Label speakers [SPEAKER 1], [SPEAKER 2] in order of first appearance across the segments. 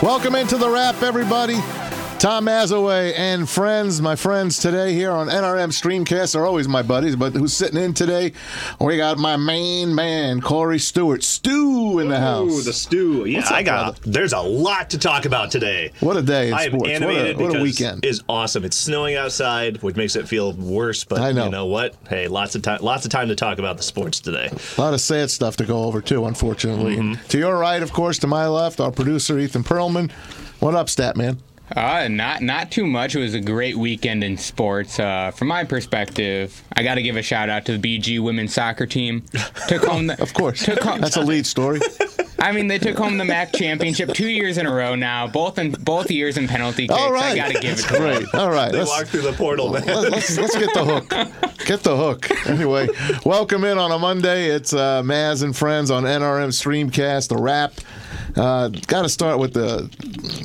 [SPEAKER 1] Welcome into the wrap, everybody. Tom Mazaway and friends, my friends today here on NRM Streamcast are always my buddies, but who's sitting in today? We got my main man, Corey Stewart. Stew in the
[SPEAKER 2] Ooh,
[SPEAKER 1] house.
[SPEAKER 2] the stew. Yeah,
[SPEAKER 1] up,
[SPEAKER 2] I got. There's a lot to talk about today.
[SPEAKER 1] What a day in
[SPEAKER 2] I am
[SPEAKER 1] sports. What a-
[SPEAKER 2] animated
[SPEAKER 1] what a
[SPEAKER 2] because
[SPEAKER 1] weekend.
[SPEAKER 2] is awesome. It's snowing outside, which makes it feel worse. But
[SPEAKER 1] I know.
[SPEAKER 2] you know what? Hey, lots of time. Lots of time to talk about the sports today.
[SPEAKER 1] A lot of sad stuff to go over, too, unfortunately.
[SPEAKER 2] Mm-hmm.
[SPEAKER 1] To your right, of course, to my left, our producer, Ethan Perlman. What up, stat man?
[SPEAKER 3] Uh, not not too much. It was a great weekend in sports. Uh, from my perspective, I got to give a shout out to the BG women's soccer team. Took home the
[SPEAKER 1] Of course.
[SPEAKER 3] Took home,
[SPEAKER 1] That's a lead story.
[SPEAKER 3] I mean, they took home the MAC championship two years in a row now. Both in both years in penalty kicks.
[SPEAKER 1] All
[SPEAKER 3] I
[SPEAKER 1] right.
[SPEAKER 3] got to give it to them.
[SPEAKER 1] Great. All right.
[SPEAKER 2] They
[SPEAKER 1] let's-
[SPEAKER 2] walk through the portal, man.
[SPEAKER 1] Let- let's, let's get the hook. Get the hook. Anyway, welcome in on a Monday. It's uh, Maz and friends on NRM Streamcast, the wrap. Uh, Got to start with the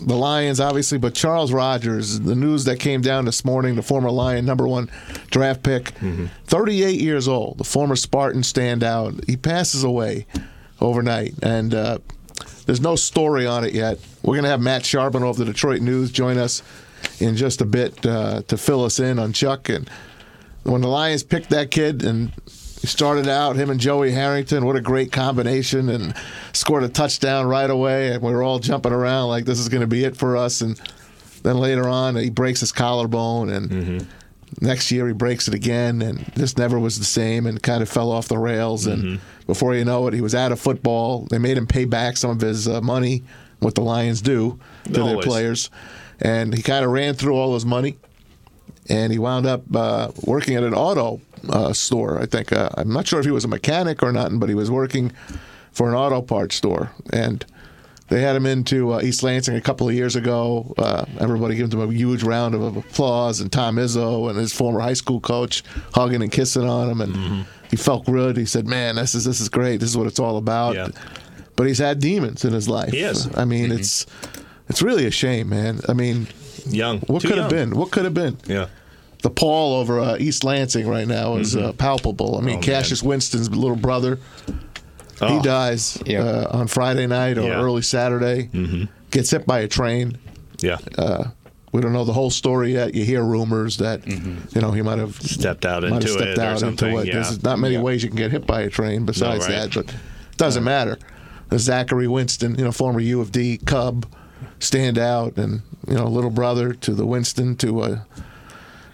[SPEAKER 1] the Lions, obviously, but Charles Rogers. The news that came down this morning: the former Lion number one draft pick, 38 years old, the former Spartan standout. He passes away overnight, and uh, there's no story on it yet. We're going to have Matt Charbonneau of the Detroit News join us in just a bit uh, to fill us in on Chuck. And when the Lions picked that kid and he started out, him and Joey Harrington, what a great combination, and scored a touchdown right away. And we were all jumping around like this is going to be it for us. And then later on, he breaks his collarbone and. Next year he breaks it again, and this never was the same, and kind of fell off the rails. And before you know it, he was out of football. They made him pay back some of his uh, money, what the Lions do to their
[SPEAKER 2] Always.
[SPEAKER 1] players, and he kind of ran through all his money, and he wound up uh, working at an auto uh, store. I think uh, I'm not sure if he was a mechanic or nothing, but he was working for an auto parts store, and they had him into uh, East Lansing a couple of years ago. Uh, everybody gave him a huge round of applause, and Tom Izzo and his former high school coach hugging and kissing on him, and
[SPEAKER 2] Mm-hmm.
[SPEAKER 1] he felt good. He said, "Man, this is this is great. This is what it's all about."
[SPEAKER 2] Yeah.
[SPEAKER 1] But he's had demons in his life.
[SPEAKER 2] He Mm-hmm. has.
[SPEAKER 1] I mean, it's it's really a shame, man. I mean,
[SPEAKER 2] Young.
[SPEAKER 1] what
[SPEAKER 2] Too
[SPEAKER 1] could have
[SPEAKER 2] young.
[SPEAKER 1] been? What could have been?
[SPEAKER 2] Yeah.
[SPEAKER 1] the pall over uh, East Lansing right now is uh, palpable. I mean,
[SPEAKER 2] Oh,
[SPEAKER 1] Cassius Winston's little brother, he
[SPEAKER 2] Oh.
[SPEAKER 1] dies
[SPEAKER 3] Yeah.
[SPEAKER 1] uh, on Friday night or
[SPEAKER 2] Yeah. Mm-hmm.
[SPEAKER 1] early Saturday. Gets hit by a train.
[SPEAKER 2] Yeah.
[SPEAKER 1] Uh, We don't know the whole story yet. You hear rumors that
[SPEAKER 2] Mm-hmm.
[SPEAKER 1] you know he might have
[SPEAKER 2] Stepped out
[SPEAKER 1] might
[SPEAKER 2] into
[SPEAKER 1] have stepped
[SPEAKER 2] it or
[SPEAKER 1] out into
[SPEAKER 2] something.
[SPEAKER 1] it.
[SPEAKER 2] Yeah.
[SPEAKER 1] There's not many ways you can get hit by a train besides
[SPEAKER 2] No, right.
[SPEAKER 1] that, but it doesn't matter. Zachary Winston, you know, former U of D Cub, stand out, and you know, little brother to the Winston to uh,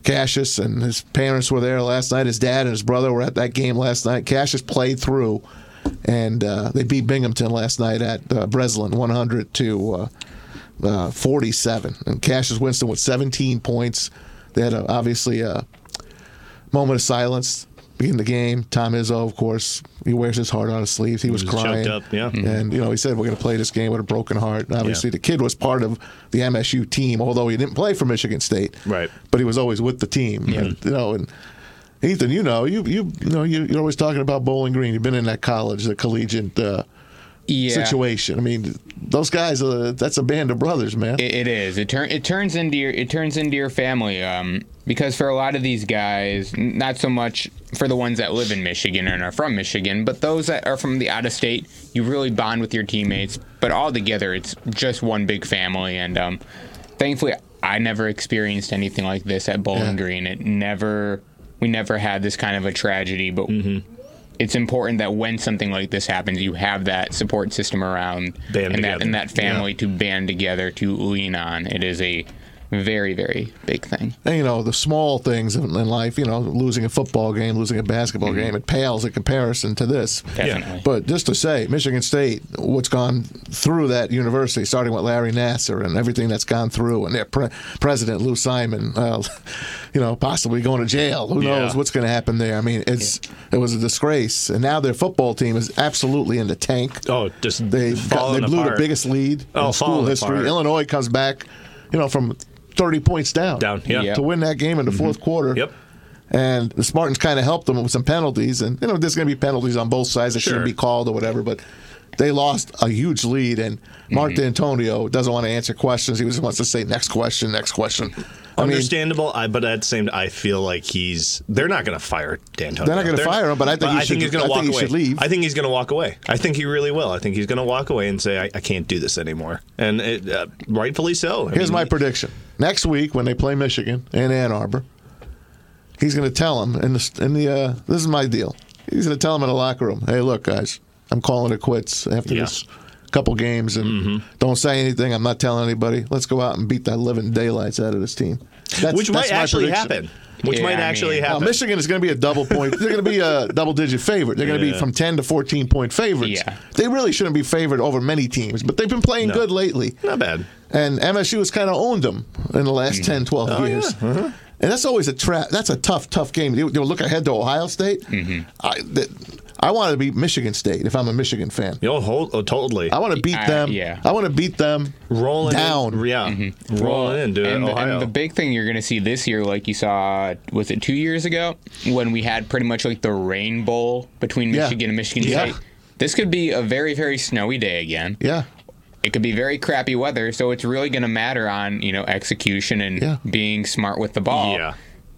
[SPEAKER 1] Cassius, and his parents were there last night. His dad and his brother were at that game last night. Cassius played through, and uh, they beat Binghamton last night at uh, Breslin, 100 to. Uh, uh, 47. And Cassius Winston with 17 points. They had a, obviously a moment of silence in the game. Tom Izzo, of course, he wears his heart on his sleeve. He was,
[SPEAKER 2] was
[SPEAKER 1] crying.
[SPEAKER 2] choked up, yeah.
[SPEAKER 1] And, you know, he said, We're going to play this game with a broken heart. And obviously,
[SPEAKER 2] Yeah.
[SPEAKER 1] the kid was part of the MSU team, although he didn't play for Michigan State.
[SPEAKER 2] Right.
[SPEAKER 1] But he was always with the team. And, you know, and. Ethan, you know, you you, you know, you, you're always talking about Bowling Green. You've been in that college, the collegiate uh,
[SPEAKER 3] Yeah.
[SPEAKER 1] situation. I mean, those guys, uh, that's a band of brothers, man.
[SPEAKER 3] It, it is. It turn it turns into your it turns into your family. Um, because for a lot of these guys, n- not so much for the ones that live in Michigan and are from Michigan, but those that are from the out of state, you really bond with your teammates. But all together, it's just one big family. And um, thankfully, I never experienced anything like this at Bowling
[SPEAKER 1] Yeah.
[SPEAKER 3] Green. It never we never had this kind of a tragedy, but. It's important that when something like this happens, you have that support system around
[SPEAKER 2] Band
[SPEAKER 3] and that
[SPEAKER 2] together.
[SPEAKER 3] and that family to band together to lean on. It is a very very big thing.
[SPEAKER 1] And, you know the small things in in life you know losing a football game losing a basketball game it pales in comparison to this
[SPEAKER 3] Definitely.
[SPEAKER 1] but just to say michigan state what's gone through that university starting with larry nasser and everything that's gone through and their pre- president lou simon uh, you know possibly going to jail who
[SPEAKER 2] Yeah.
[SPEAKER 1] knows what's going to happen there i mean it's it was a disgrace and now their football team is absolutely in the tank
[SPEAKER 2] Oh, just
[SPEAKER 1] they got, they
[SPEAKER 2] falling
[SPEAKER 1] blew
[SPEAKER 2] apart.
[SPEAKER 1] the biggest lead
[SPEAKER 2] Oh,
[SPEAKER 1] in school
[SPEAKER 2] falling
[SPEAKER 1] history.
[SPEAKER 2] apart.
[SPEAKER 1] Illinois comes back, you know, from 30 points down,
[SPEAKER 2] Down, yeah. Mm-hmm.
[SPEAKER 3] Yeah.
[SPEAKER 1] to win that game in the fourth quarter.
[SPEAKER 2] Yep.
[SPEAKER 1] And the Spartans kind of helped them with some penalties, and you know, there's going to be penalties on both sides that shouldn't
[SPEAKER 2] Sure.
[SPEAKER 1] be called or whatever, but. They lost a huge lead, and Mark D'Antonio doesn't want to answer questions. He just wants to say next question, next question. I mean,
[SPEAKER 2] Understandable, I, but at the same, I feel like he's. They're not going to fire D'Antonio.
[SPEAKER 1] They're not gonna fire him, but I think he should-
[SPEAKER 2] he's going
[SPEAKER 1] I
[SPEAKER 2] to
[SPEAKER 1] think
[SPEAKER 2] walk
[SPEAKER 1] he
[SPEAKER 2] away.
[SPEAKER 1] should leave.
[SPEAKER 2] I think he's going to walk away. I think he really will. I think he's going to walk away and say, "I, I can't do this anymore," and it, uh, rightfully so. I
[SPEAKER 1] here's
[SPEAKER 2] mean,
[SPEAKER 1] my prediction: next week when they play Michigan in Ann Arbor, he's going to tell them in the in the. Uh, this is my deal. He's going to tell them in the locker room. Hey, look, guys, I'm calling it quits after
[SPEAKER 2] Yeah. Mm-hmm.
[SPEAKER 1] this couple games, and don't say anything. I'm not telling anybody. Let's go out and beat the living daylights out of this team. That's,
[SPEAKER 2] which might
[SPEAKER 1] that's my
[SPEAKER 2] actually
[SPEAKER 1] prediction.
[SPEAKER 2] happen. Which
[SPEAKER 3] Yeah,
[SPEAKER 2] might
[SPEAKER 3] I
[SPEAKER 2] actually
[SPEAKER 3] mean-
[SPEAKER 1] Now,
[SPEAKER 2] happen.
[SPEAKER 1] Michigan is going to be a double point. They're going to be a double digit favorite. They're going to be
[SPEAKER 2] Yeah.
[SPEAKER 1] from 10 to 14 point favorites.
[SPEAKER 3] Yeah.
[SPEAKER 1] They really shouldn't be favored over many teams, but they've been playing
[SPEAKER 2] No.
[SPEAKER 1] good lately.
[SPEAKER 2] not bad.
[SPEAKER 1] And MSU has kind of owned them in the
[SPEAKER 3] Mm.
[SPEAKER 1] last 10, 12
[SPEAKER 3] Oh,
[SPEAKER 1] years.
[SPEAKER 3] Uh-huh.
[SPEAKER 1] And that's always a trap. That's a tough, tough game. You, you look ahead to Ohio State.
[SPEAKER 3] Mm-hmm.
[SPEAKER 1] I, that, I want to beat Michigan State if I'm a Michigan fan.
[SPEAKER 2] You know, hold, oh, totally.
[SPEAKER 1] I want to beat
[SPEAKER 3] I-
[SPEAKER 1] them.
[SPEAKER 3] yeah.
[SPEAKER 1] I want to beat them
[SPEAKER 2] rolling
[SPEAKER 1] down.
[SPEAKER 2] In, yeah, rolling
[SPEAKER 1] uh,
[SPEAKER 2] in, dude.
[SPEAKER 3] Mm-hmm. and, the-
[SPEAKER 2] Ohio.
[SPEAKER 3] and the big thing you're going to see this year, like you saw, was it two years ago when we had pretty much like the rain bowl between
[SPEAKER 1] Yeah.
[SPEAKER 3] Michigan and Michigan
[SPEAKER 1] Yeah.
[SPEAKER 3] State? This could be a very, very snowy day again.
[SPEAKER 1] Yeah.
[SPEAKER 3] It could be very crappy weather, so it's really going to matter on you know execution and
[SPEAKER 1] Yeah.
[SPEAKER 3] being smart with the ball.
[SPEAKER 2] yeah,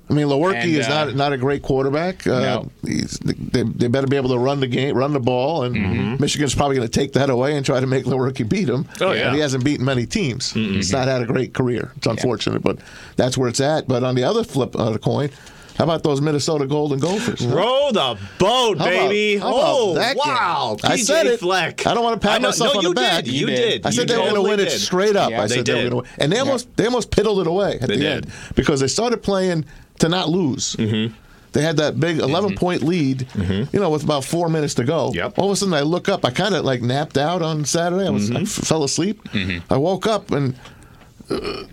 [SPEAKER 1] I mean, Lewerke
[SPEAKER 3] And,
[SPEAKER 1] is
[SPEAKER 3] uh,
[SPEAKER 1] not not a great quarterback. Uh,
[SPEAKER 3] No.
[SPEAKER 1] he's, they, they better be able to run the game, run the ball, and
[SPEAKER 3] Mm-hmm.
[SPEAKER 1] Michigan's probably going to take that away and try to make Lewerke beat him.
[SPEAKER 2] Oh, yeah.
[SPEAKER 1] And he hasn't beaten many teams.
[SPEAKER 3] Mm-hmm.
[SPEAKER 1] He's not had a great career. It's unfortunate, but that's where it's at. But on the other flip of the coin, how about those Minnesota Golden Gophers? huh?
[SPEAKER 2] row the boat,
[SPEAKER 1] How about-
[SPEAKER 2] baby.
[SPEAKER 1] how about
[SPEAKER 2] oh,
[SPEAKER 1] that game?
[SPEAKER 2] wow.
[SPEAKER 1] I
[SPEAKER 2] PJ
[SPEAKER 1] said it.
[SPEAKER 2] Fleck.
[SPEAKER 1] I don't wanna pat
[SPEAKER 2] I know-
[SPEAKER 1] myself
[SPEAKER 2] no,
[SPEAKER 1] on the
[SPEAKER 2] you
[SPEAKER 1] back.
[SPEAKER 2] Did.
[SPEAKER 1] You
[SPEAKER 2] You
[SPEAKER 3] did.
[SPEAKER 2] did.
[SPEAKER 1] I said
[SPEAKER 2] You
[SPEAKER 1] they were going to
[SPEAKER 2] totally
[SPEAKER 1] win it
[SPEAKER 2] did.
[SPEAKER 1] straight up.
[SPEAKER 3] Yeah,
[SPEAKER 1] I
[SPEAKER 2] they
[SPEAKER 1] said they, were
[SPEAKER 2] did.
[SPEAKER 1] going to win, and they almost they almost piddled it away at
[SPEAKER 2] They
[SPEAKER 1] the
[SPEAKER 2] did.
[SPEAKER 1] end because they started playing to not lose.
[SPEAKER 2] Mm-hmm.
[SPEAKER 1] They had that big 11 point lead, you know, with about four minutes to go.
[SPEAKER 2] Yep.
[SPEAKER 1] All of a sudden, I look up. I kind of like napped out on Saturday. I was
[SPEAKER 2] Mm-hmm.
[SPEAKER 1] I f- fell asleep. I woke up and. uh,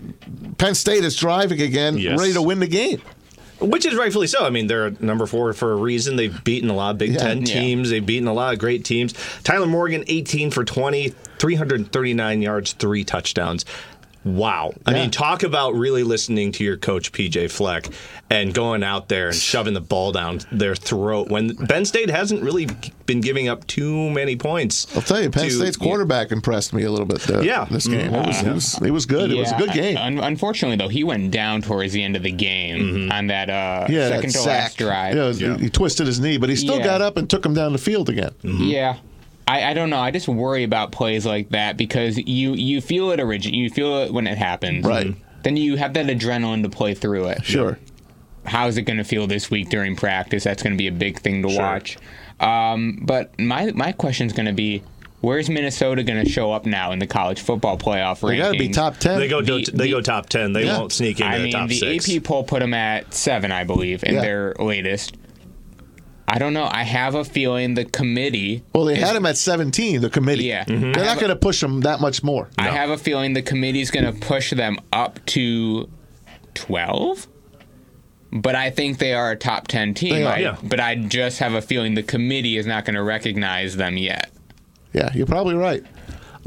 [SPEAKER 1] Penn State is driving again,
[SPEAKER 2] Yes.
[SPEAKER 1] ready to win the game.
[SPEAKER 2] Which is rightfully so. I mean, they're number four for a reason. They've beaten a lot of Big
[SPEAKER 1] Yeah.
[SPEAKER 2] Ten
[SPEAKER 3] Yeah.
[SPEAKER 2] teams. They've beaten a lot of great teams. Tyler Morgan, 18 for 20, 339 yards, three touchdowns. Wow. I
[SPEAKER 1] Yeah.
[SPEAKER 2] mean, talk about really listening to your coach, PJ Fleck, and going out there and shoving the ball down their throat when Penn State hasn't really been giving up too many points.
[SPEAKER 1] I'll tell you, Penn
[SPEAKER 2] to-
[SPEAKER 1] State's quarterback impressed me a little bit. Uh,
[SPEAKER 2] Yeah.
[SPEAKER 1] this game, it, was, it was it was good. It was a
[SPEAKER 3] Yeah,
[SPEAKER 1] good game.
[SPEAKER 3] un- unfortunately, though, he went down towards the end of the game on that
[SPEAKER 1] yeah,
[SPEAKER 3] uh,
[SPEAKER 1] Mm-hmm. that
[SPEAKER 3] second to
[SPEAKER 1] sack.
[SPEAKER 3] last drive.
[SPEAKER 1] Yeah, he- He, twisted his knee, but he still
[SPEAKER 3] Yeah.
[SPEAKER 1] got up and took him down the field again.
[SPEAKER 3] Yeah. I, I don't know. I just worry about plays like that because you you feel it origin you feel it when it happens.
[SPEAKER 1] Right.
[SPEAKER 3] Then you have that adrenaline to play through it.
[SPEAKER 1] Sure.
[SPEAKER 3] How is it going to feel this week during practice? That's going to be a big thing to watch. Um, but my my question is going to be, where's Minnesota going to show up now in the college football playoff
[SPEAKER 1] They got to be
[SPEAKER 3] rankings?
[SPEAKER 1] top ten.
[SPEAKER 2] They go
[SPEAKER 3] The-
[SPEAKER 2] they
[SPEAKER 3] the-
[SPEAKER 2] go top 10. They
[SPEAKER 1] Uh, Yeah.
[SPEAKER 2] won't sneak into
[SPEAKER 3] I
[SPEAKER 2] the
[SPEAKER 3] mean,
[SPEAKER 2] top
[SPEAKER 3] the
[SPEAKER 2] six.
[SPEAKER 3] AP poll put them at seven, I believe, in
[SPEAKER 1] Yeah.
[SPEAKER 3] their latest. I don't know. I have a feeling the committee
[SPEAKER 1] Well, they had him at 17. The committee.
[SPEAKER 3] Yeah. Mhm.
[SPEAKER 1] They're not going to push him that much more.
[SPEAKER 3] I have a feeling the committee's going to push them up to 12. But I think they are a top 10 team.
[SPEAKER 1] They are.
[SPEAKER 3] I-
[SPEAKER 2] Yeah.
[SPEAKER 3] But I just have a feeling the committee is not going to recognize them yet.
[SPEAKER 1] Yeah, you're probably right.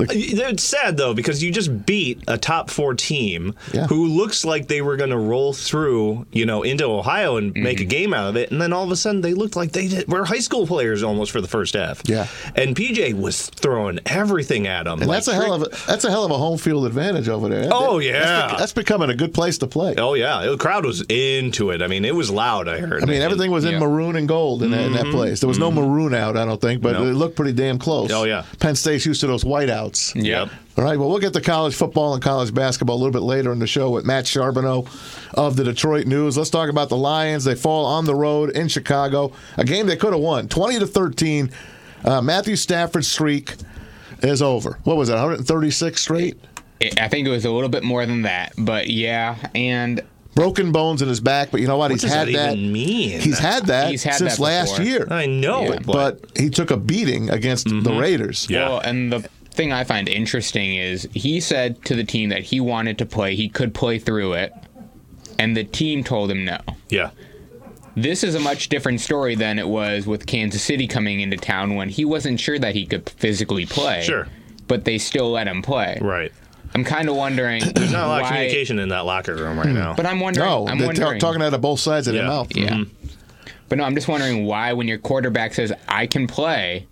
[SPEAKER 2] Uh, It's sad though because you just beat a top four team
[SPEAKER 1] Yeah.
[SPEAKER 2] who looks like they were going to roll through, you know, into Ohio and
[SPEAKER 1] Mm-hmm.
[SPEAKER 2] make a game out of it, and then all of a sudden they looked like they did, were high school players almost for the first half.
[SPEAKER 1] Yeah.
[SPEAKER 2] and PJ was throwing everything at them.
[SPEAKER 1] And that's a hell of a that's a hell of a home field advantage over there.
[SPEAKER 2] Oh,
[SPEAKER 1] That-
[SPEAKER 2] yeah.
[SPEAKER 1] that's, bec- that's becoming a good place to play.
[SPEAKER 2] Oh yeah, the crowd was into it. I mean, it was loud. I heard.
[SPEAKER 1] I mean, everything was in
[SPEAKER 3] Yeah. Mm-hmm.
[SPEAKER 1] maroon and gold in, that, in that place. There was no maroon out, I don't think, but
[SPEAKER 2] No.
[SPEAKER 1] it looked pretty damn close.
[SPEAKER 2] Oh, yeah.
[SPEAKER 1] Penn State's used to those whiteouts.
[SPEAKER 2] Yep.
[SPEAKER 1] All right. Well, we'll get to college football and college basketball a little bit later in the show with Matt Charbonneau of the Detroit News. Let's talk about the Lions. They fall on the road in Chicago, a game they could have won, twenty to thirteen. Uh, Matthew Stafford's streak is over. What was it? One hundred and thirty-six straight.
[SPEAKER 3] It, I think it was a little bit more than that. But yeah. And
[SPEAKER 1] Broken bones in his back, but you know what?
[SPEAKER 2] What
[SPEAKER 1] he's
[SPEAKER 2] does
[SPEAKER 1] had
[SPEAKER 2] that
[SPEAKER 1] that.
[SPEAKER 2] even mean?
[SPEAKER 1] He's had that
[SPEAKER 3] He's had
[SPEAKER 1] since
[SPEAKER 3] that
[SPEAKER 1] last
[SPEAKER 3] before.
[SPEAKER 1] year.
[SPEAKER 2] I know,
[SPEAKER 3] Yeah.
[SPEAKER 2] but,
[SPEAKER 1] but he took a beating against
[SPEAKER 3] Mm-hmm.
[SPEAKER 1] the Raiders.
[SPEAKER 2] Yeah.
[SPEAKER 3] Well, and the thing I find interesting is he said to the team that he wanted to play, he could play through it, and the team told him no.
[SPEAKER 2] yeah,
[SPEAKER 3] This is a much different story than it was with Kansas City coming into town when he wasn't sure that he could physically play.
[SPEAKER 2] Sure.
[SPEAKER 3] But they still let him play.
[SPEAKER 2] right.
[SPEAKER 3] I'm kind of wondering.
[SPEAKER 2] There's not a lot of
[SPEAKER 3] why-
[SPEAKER 2] communication in that locker room
[SPEAKER 1] Hmm.
[SPEAKER 2] right now.
[SPEAKER 3] But I'm wondering.
[SPEAKER 1] No,
[SPEAKER 3] I'm
[SPEAKER 1] they're ta-
[SPEAKER 3] wondering.
[SPEAKER 1] talking out of both sides of their
[SPEAKER 2] Yeah.
[SPEAKER 1] mouth.
[SPEAKER 3] yeah. But no, I'm just wondering why, when your quarterback says, I can play,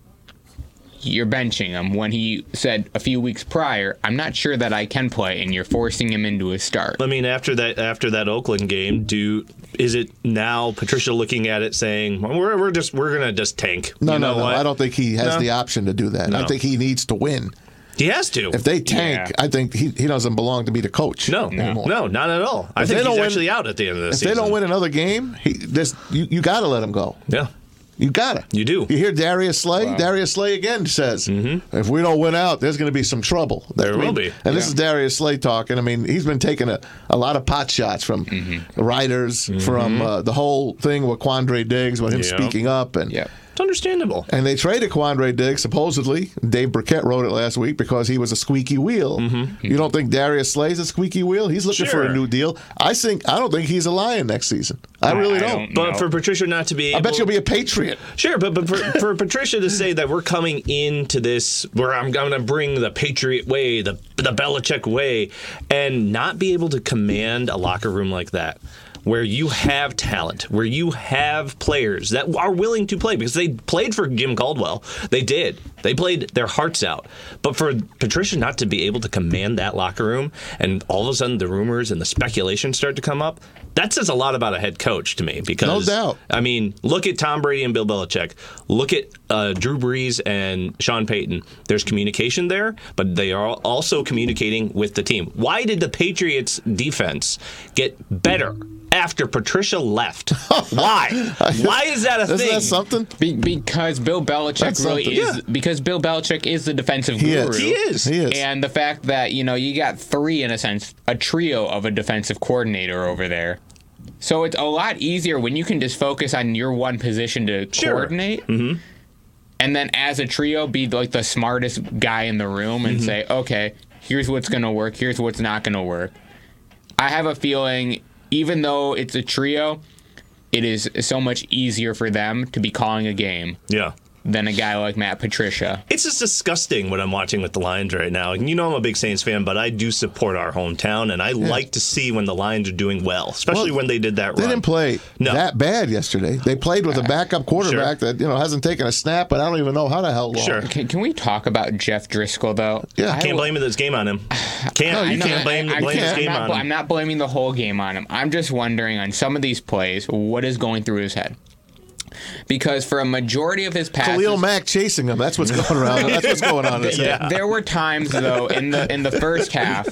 [SPEAKER 3] you're benching him when he said a few weeks prior, I'm not sure that I can play, and you're forcing him into a start.
[SPEAKER 2] I mean, after that, after that Oakland game, do is it now Patricia looking at it saying "Well, we're, we're just we're gonna just tank?
[SPEAKER 1] No,
[SPEAKER 2] You
[SPEAKER 1] no,
[SPEAKER 2] know
[SPEAKER 1] no.
[SPEAKER 2] what?
[SPEAKER 1] I don't think he has
[SPEAKER 2] No.
[SPEAKER 1] the option to do that. I
[SPEAKER 2] No.
[SPEAKER 1] think he needs to win.
[SPEAKER 2] He has to.
[SPEAKER 1] If they tank,
[SPEAKER 3] Yeah.
[SPEAKER 1] I think he, he doesn't belong to be the coach.
[SPEAKER 2] no,
[SPEAKER 1] anymore.
[SPEAKER 2] no, not at all. I
[SPEAKER 1] If
[SPEAKER 2] think
[SPEAKER 1] they
[SPEAKER 2] he's
[SPEAKER 1] don't win-
[SPEAKER 2] actually out at the end of the
[SPEAKER 1] If
[SPEAKER 2] season.
[SPEAKER 1] they don't win another game, he this you, you gotta let him go.
[SPEAKER 2] yeah,
[SPEAKER 1] You gotta.
[SPEAKER 2] You do. Mm-hmm.
[SPEAKER 1] You hear Darius Slay? Darius Slay again says, "If we don't win out, there's going to be some trouble."
[SPEAKER 2] There
[SPEAKER 1] I mean,
[SPEAKER 2] will be.
[SPEAKER 1] And this is Darius Slay talking. I mean, he's been taking a, a lot of pot shots from
[SPEAKER 2] Mm-hmm.
[SPEAKER 1] writers, from uh, the whole thing with Quandre Diggs, with him
[SPEAKER 2] Yep.
[SPEAKER 1] speaking up, and
[SPEAKER 3] Yep.
[SPEAKER 2] it's understandable.
[SPEAKER 1] and they traded Quandre Diggs supposedly. Dave Burkett wrote it last week because he was a squeaky wheel. You don't think Darius Slay's a squeaky wheel? He's looking for
[SPEAKER 2] Mm-hmm. Sure.
[SPEAKER 1] a new deal. I think I don't think he's a lion next season. I really
[SPEAKER 3] I
[SPEAKER 1] don't.
[SPEAKER 3] don't-
[SPEAKER 2] But
[SPEAKER 3] No.
[SPEAKER 2] for Patricia not to be,
[SPEAKER 1] I
[SPEAKER 2] able,
[SPEAKER 1] bet you'll be a patriot.
[SPEAKER 2] Sure, but, but for, for Patricia to say that we're coming into this where I'm going to bring the Patriot way, the the Belichick way, and not be able to command a locker room like that, where you have talent, where you have players that are willing to play because they played for Jim Caldwell, they did, they played their hearts out. But for Patricia not to be able to command that locker room, and all of a sudden the rumors and the speculation start to come up, that says a lot about a head coach to me because
[SPEAKER 1] No doubt.
[SPEAKER 2] I mean, look at Tom Brady and Bill Belichick. Look at uh, Drew Brees and Sean Payton. There's communication there, but they are also communicating with the team. Why did the Patriots defense get better after Patricia left? Why? Why is that a
[SPEAKER 1] Isn't
[SPEAKER 2] thing?
[SPEAKER 1] that something?
[SPEAKER 3] Be- because Bill
[SPEAKER 1] That's
[SPEAKER 3] Belichick really
[SPEAKER 1] something.
[SPEAKER 3] is because Bill Belichick is the defensive
[SPEAKER 1] He
[SPEAKER 3] guru.
[SPEAKER 1] is.
[SPEAKER 2] He is.
[SPEAKER 1] He is.
[SPEAKER 3] And the fact that, you know, you got three, in a sense, a trio of a defensive coordinator over there. So it's a lot easier when you can just focus on your one position to
[SPEAKER 2] Sure.
[SPEAKER 3] coordinate. Mm-hmm. And then as a trio, be like the smartest guy in the room and say, okay, here's what's going to work, here's what's not going to work. I have a feeling, even though it's a trio, it is so much easier for them to be calling a game
[SPEAKER 2] yeah.
[SPEAKER 3] than a guy like Matt Patricia.
[SPEAKER 2] It's just disgusting what I'm watching with the Lions right now. And you know I'm a big Saints fan, but I do support our hometown, and I like to see when the Lions are doing well, especially
[SPEAKER 1] Well,
[SPEAKER 2] when they did that
[SPEAKER 1] They
[SPEAKER 2] run.
[SPEAKER 1] didn't play
[SPEAKER 2] No.
[SPEAKER 1] that bad yesterday. They played with a backup quarterback that you know hasn't taken a snap, but I don't even know how the hell long.
[SPEAKER 2] Sure.
[SPEAKER 3] Can, can we talk about Jeff Driscoll though?
[SPEAKER 1] Yeah.
[SPEAKER 2] Can't blame this game on him. Can't
[SPEAKER 1] No,
[SPEAKER 2] you
[SPEAKER 1] you
[SPEAKER 2] can't blame,
[SPEAKER 3] I- I
[SPEAKER 2] blame this
[SPEAKER 3] can't-
[SPEAKER 2] game
[SPEAKER 3] I'm not,
[SPEAKER 2] on
[SPEAKER 3] bl-
[SPEAKER 2] him.
[SPEAKER 3] I'm not blaming the whole game on him. I'm just wondering on some of these plays what is going through his head. Because for a majority of his passes,
[SPEAKER 1] Khalil Mack chasing him. That's what's going around. That's what's going on. in this
[SPEAKER 2] Yeah.
[SPEAKER 1] game.
[SPEAKER 3] there were times though in the in the first half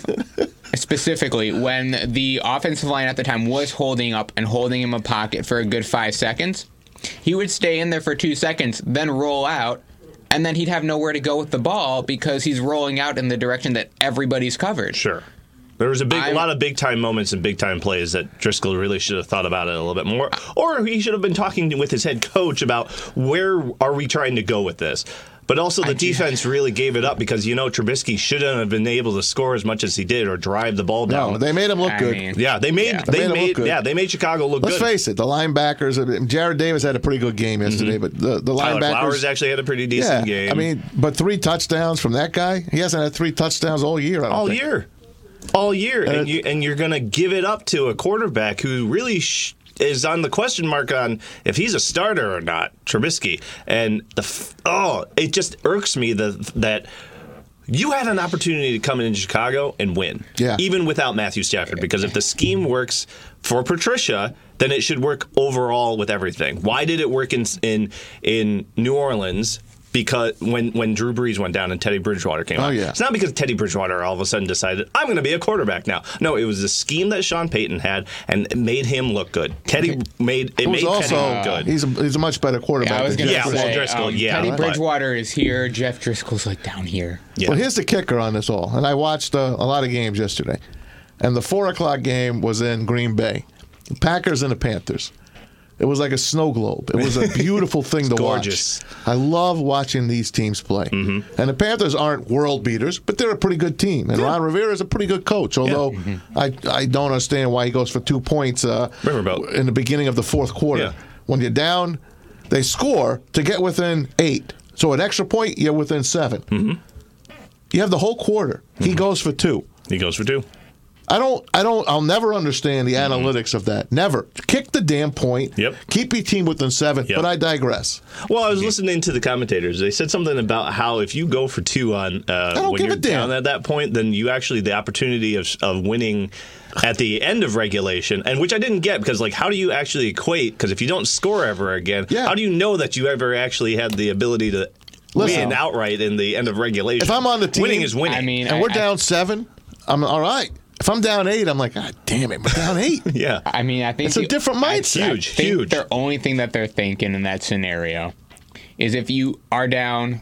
[SPEAKER 3] specifically when the offensive line at the time was holding up and holding him a pocket for a good five seconds he would stay in there for two seconds then roll out and then he'd have nowhere to go with the ball because he's rolling out in the direction that everybody's covered
[SPEAKER 2] Sure. There was a big, a
[SPEAKER 3] I'm-
[SPEAKER 2] lot of big time moments and big time plays that Driscoll really should have thought about it a little bit more, or he should have been talking with his head coach about where are we trying to go with this. But also, the defense really gave it up because you know Trubisky shouldn't have been able to score as much as he did or drive the ball down.
[SPEAKER 1] No, they made him look
[SPEAKER 3] I
[SPEAKER 1] good.
[SPEAKER 3] mean-
[SPEAKER 2] yeah, they made,
[SPEAKER 3] Yeah.
[SPEAKER 2] they
[SPEAKER 1] They made him look
[SPEAKER 2] made,
[SPEAKER 1] good.
[SPEAKER 2] yeah, they made Chicago look
[SPEAKER 1] Let's
[SPEAKER 2] good.
[SPEAKER 1] face it, the linebackers. I mean, Jared Davis had a pretty good game yesterday, but the, the
[SPEAKER 2] Mm-hmm. Tyler
[SPEAKER 1] linebackers.
[SPEAKER 2] Flowers actually had a pretty
[SPEAKER 1] yeah,
[SPEAKER 2] decent game.
[SPEAKER 1] I mean, but three touchdowns from that guy. He hasn't had three touchdowns all year. I don't
[SPEAKER 2] all
[SPEAKER 1] think.
[SPEAKER 2] year, all year, and,
[SPEAKER 1] it-
[SPEAKER 2] you and you're gonna give it up to a quarterback who really sh- is on the question mark on if he's a starter or not, Trubisky, and the f- oh, it just irks me the, that. You had an opportunity to come in Chicago and win,
[SPEAKER 1] Yeah.
[SPEAKER 2] even without Matthew Stafford. Because if the scheme works for Patricia, then it should work overall with everything. Why did it work in in in New Orleans? Because when when Drew Brees went down and Teddy Bridgewater came
[SPEAKER 1] Oh,
[SPEAKER 2] out,
[SPEAKER 1] yeah.
[SPEAKER 2] it's not because Teddy Bridgewater all of a sudden decided I'm going to be a quarterback now. No, it was the scheme that Sean Payton had, and it made him look good. Teddy made it,
[SPEAKER 1] It was
[SPEAKER 2] made
[SPEAKER 1] also
[SPEAKER 2] Teddy look good.
[SPEAKER 1] he's a, he's a much better quarterback.
[SPEAKER 3] I was
[SPEAKER 1] than
[SPEAKER 3] gonna
[SPEAKER 2] Yeah,
[SPEAKER 1] Jeff
[SPEAKER 2] well,
[SPEAKER 3] say,
[SPEAKER 1] Driscoll.
[SPEAKER 2] Driscoll,
[SPEAKER 3] um,
[SPEAKER 2] yeah,
[SPEAKER 3] Teddy
[SPEAKER 2] but-
[SPEAKER 3] Bridgewater is here. Jeff Driscoll's like down here.
[SPEAKER 2] Yeah.
[SPEAKER 1] Well, here's the kicker on this all, and I watched uh, a lot of games yesterday, and the four o'clock game was in Green Bay, Packers and the Panthers. It was like a snow globe. It was a beautiful thing to
[SPEAKER 2] gorgeous. Mm-hmm.
[SPEAKER 1] watch. I love watching these teams play. And the Panthers aren't world beaters, but they're a pretty good team. And Ron Rivera is a pretty good coach, although
[SPEAKER 2] Mm-hmm.
[SPEAKER 1] I, I don't understand why he goes for two points uh,
[SPEAKER 2] Riverboat.
[SPEAKER 1] in the beginning of the fourth quarter.
[SPEAKER 2] Yeah.
[SPEAKER 1] When you're down, they score to get within eight. So an extra point, you're
[SPEAKER 2] Mm-hmm.
[SPEAKER 1] within 7 You have the whole quarter. He goes for two.
[SPEAKER 2] He goes for two.
[SPEAKER 1] I don't. I don't. I'll never understand the analytics of that. Never. Kick the damn point.
[SPEAKER 2] Mm-hmm. Yep.
[SPEAKER 1] Keep your team within seven.
[SPEAKER 2] Yep.
[SPEAKER 1] But I digress.
[SPEAKER 2] Well, I was listening to the commentators. They said something about how if you go for two on uh,
[SPEAKER 1] don't
[SPEAKER 2] when
[SPEAKER 1] give
[SPEAKER 2] you're
[SPEAKER 1] a damn.
[SPEAKER 2] down at that point, then you actually the opportunity of of winning at the end of regulation, and which I didn't get because like how do you actually equate? Because if you don't score ever again,
[SPEAKER 1] Yeah.
[SPEAKER 2] how do you know that you ever actually had the ability to
[SPEAKER 1] Listen.
[SPEAKER 2] win outright in the end of regulation?
[SPEAKER 1] If I'm on the team-
[SPEAKER 2] winning is winning.
[SPEAKER 3] I mean,
[SPEAKER 1] and
[SPEAKER 3] I,
[SPEAKER 1] we're
[SPEAKER 3] I-
[SPEAKER 1] down seven. I'm all right. If I'm down eight, I'm like, God damn it, we're down eight.
[SPEAKER 2] yeah,
[SPEAKER 3] I mean, I think
[SPEAKER 1] It's a
[SPEAKER 3] the-
[SPEAKER 1] different
[SPEAKER 3] I-
[SPEAKER 1] mindset.
[SPEAKER 2] Huge,
[SPEAKER 3] I think
[SPEAKER 2] huge.
[SPEAKER 3] The only thing that they're thinking in that scenario is if you are down,